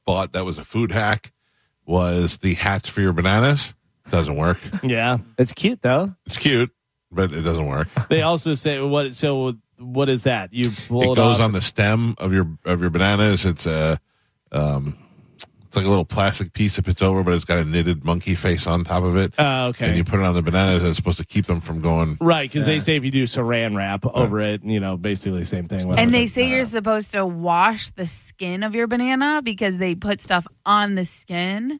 Speaker 2: bought that was a food hack was the hats for your bananas. Doesn't work.
Speaker 3: Yeah.
Speaker 6: It's cute though.
Speaker 2: It's cute, but it doesn't work.
Speaker 3: They also say what? So what is that? You pull
Speaker 2: It
Speaker 3: it
Speaker 2: goes
Speaker 3: off-
Speaker 2: on the stem of your of your bananas. It's a um, it's like a little plastic piece that fits over, but it's got a knitted monkey face on top of it.
Speaker 3: Oh, okay.
Speaker 2: And you put it on the bananas, and it's supposed to keep them from going.
Speaker 3: Right, because they say if you do saran wrap over it, you know, basically the same thing.
Speaker 4: And
Speaker 3: whatever.
Speaker 4: they say you're supposed to wash the skin of your banana because they put stuff on the skin.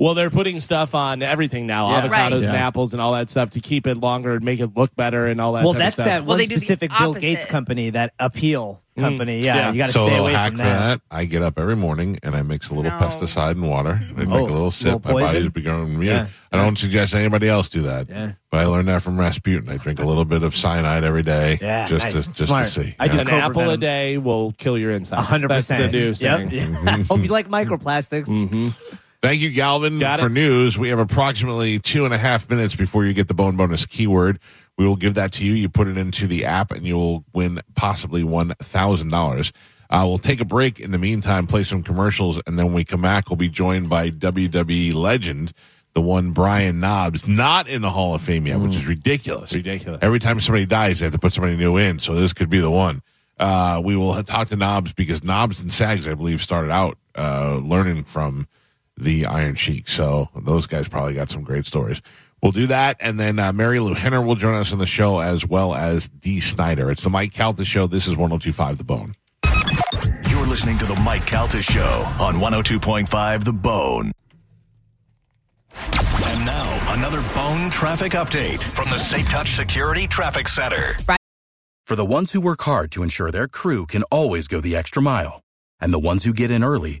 Speaker 3: well, they're putting stuff on everything now,
Speaker 10: Yeah.
Speaker 3: avocados
Speaker 4: Right.
Speaker 3: and
Speaker 10: Yeah.
Speaker 3: apples and all that stuff to keep it longer and make it look better and all that.
Speaker 6: well,
Speaker 3: type
Speaker 6: that's
Speaker 3: of
Speaker 6: that
Speaker 3: stuff.
Speaker 4: Well,
Speaker 6: one
Speaker 4: they do the
Speaker 6: specific Bill
Speaker 4: opposite.
Speaker 6: Gates company, that appeal
Speaker 3: Mm.
Speaker 6: company. Yeah,
Speaker 3: Yeah.
Speaker 6: you got to
Speaker 2: So a
Speaker 6: stay
Speaker 2: little
Speaker 6: away
Speaker 2: hack
Speaker 6: from
Speaker 2: for
Speaker 6: that.
Speaker 2: that. I get up every morning and I mix a little
Speaker 4: No.
Speaker 2: pesticide and water. And I
Speaker 6: Oh,
Speaker 2: take a little sip.
Speaker 6: little
Speaker 2: My
Speaker 6: poison?
Speaker 2: body's becoming immune.
Speaker 6: Yeah.
Speaker 2: I don't suggest anybody else do that.
Speaker 6: Yeah.
Speaker 2: But I learned that from Rasputin. I drink a little bit of cyanide every day.
Speaker 6: Yeah,
Speaker 2: Just
Speaker 6: nice.
Speaker 2: to just
Speaker 6: Smart.
Speaker 2: to see.
Speaker 6: I do
Speaker 2: Yeah.
Speaker 3: An
Speaker 6: Cobra
Speaker 3: apple a
Speaker 6: venom.
Speaker 3: day will kill your insides.
Speaker 6: hundred
Speaker 3: That's
Speaker 6: percent.
Speaker 3: the new
Speaker 6: Yep.
Speaker 3: saying. Mm-hmm.
Speaker 6: Yeah. Hope you like microplastics.
Speaker 2: Thank you, Galvin,
Speaker 3: Got
Speaker 2: for
Speaker 3: it.
Speaker 2: news. We have approximately two and a half minutes before you get the bone bonus keyword. We will give that to you. You put it into the app, and you'll win possibly one thousand dollars. Uh, we'll take a break in the meantime, play some commercials, and then when we come back, we'll be joined by WWE legend, the one Brian Knobs, not in the Hall of Fame yet, which is ridiculous.
Speaker 3: Ridiculous.
Speaker 2: Every time somebody dies, they have to put somebody new in, so this could be the one. Uh, we will talk to Knobs because Knobs and Sags, I believe, started out uh, learning from the Iron Sheik. So those guys probably got some great stories. We'll do that, and then uh, Mary Lou Henner will join us on the show as well as D. Snyder. It's the Mike Calta Show. This is 102.5 The Bone.
Speaker 1: You're listening to The Mike Calta Show on 102.5 The Bone. And now, another bone traffic update from the Safe Touch Security Traffic Center.
Speaker 10: For the ones who work hard to ensure their crew can always go the extra mile, and the ones who get in early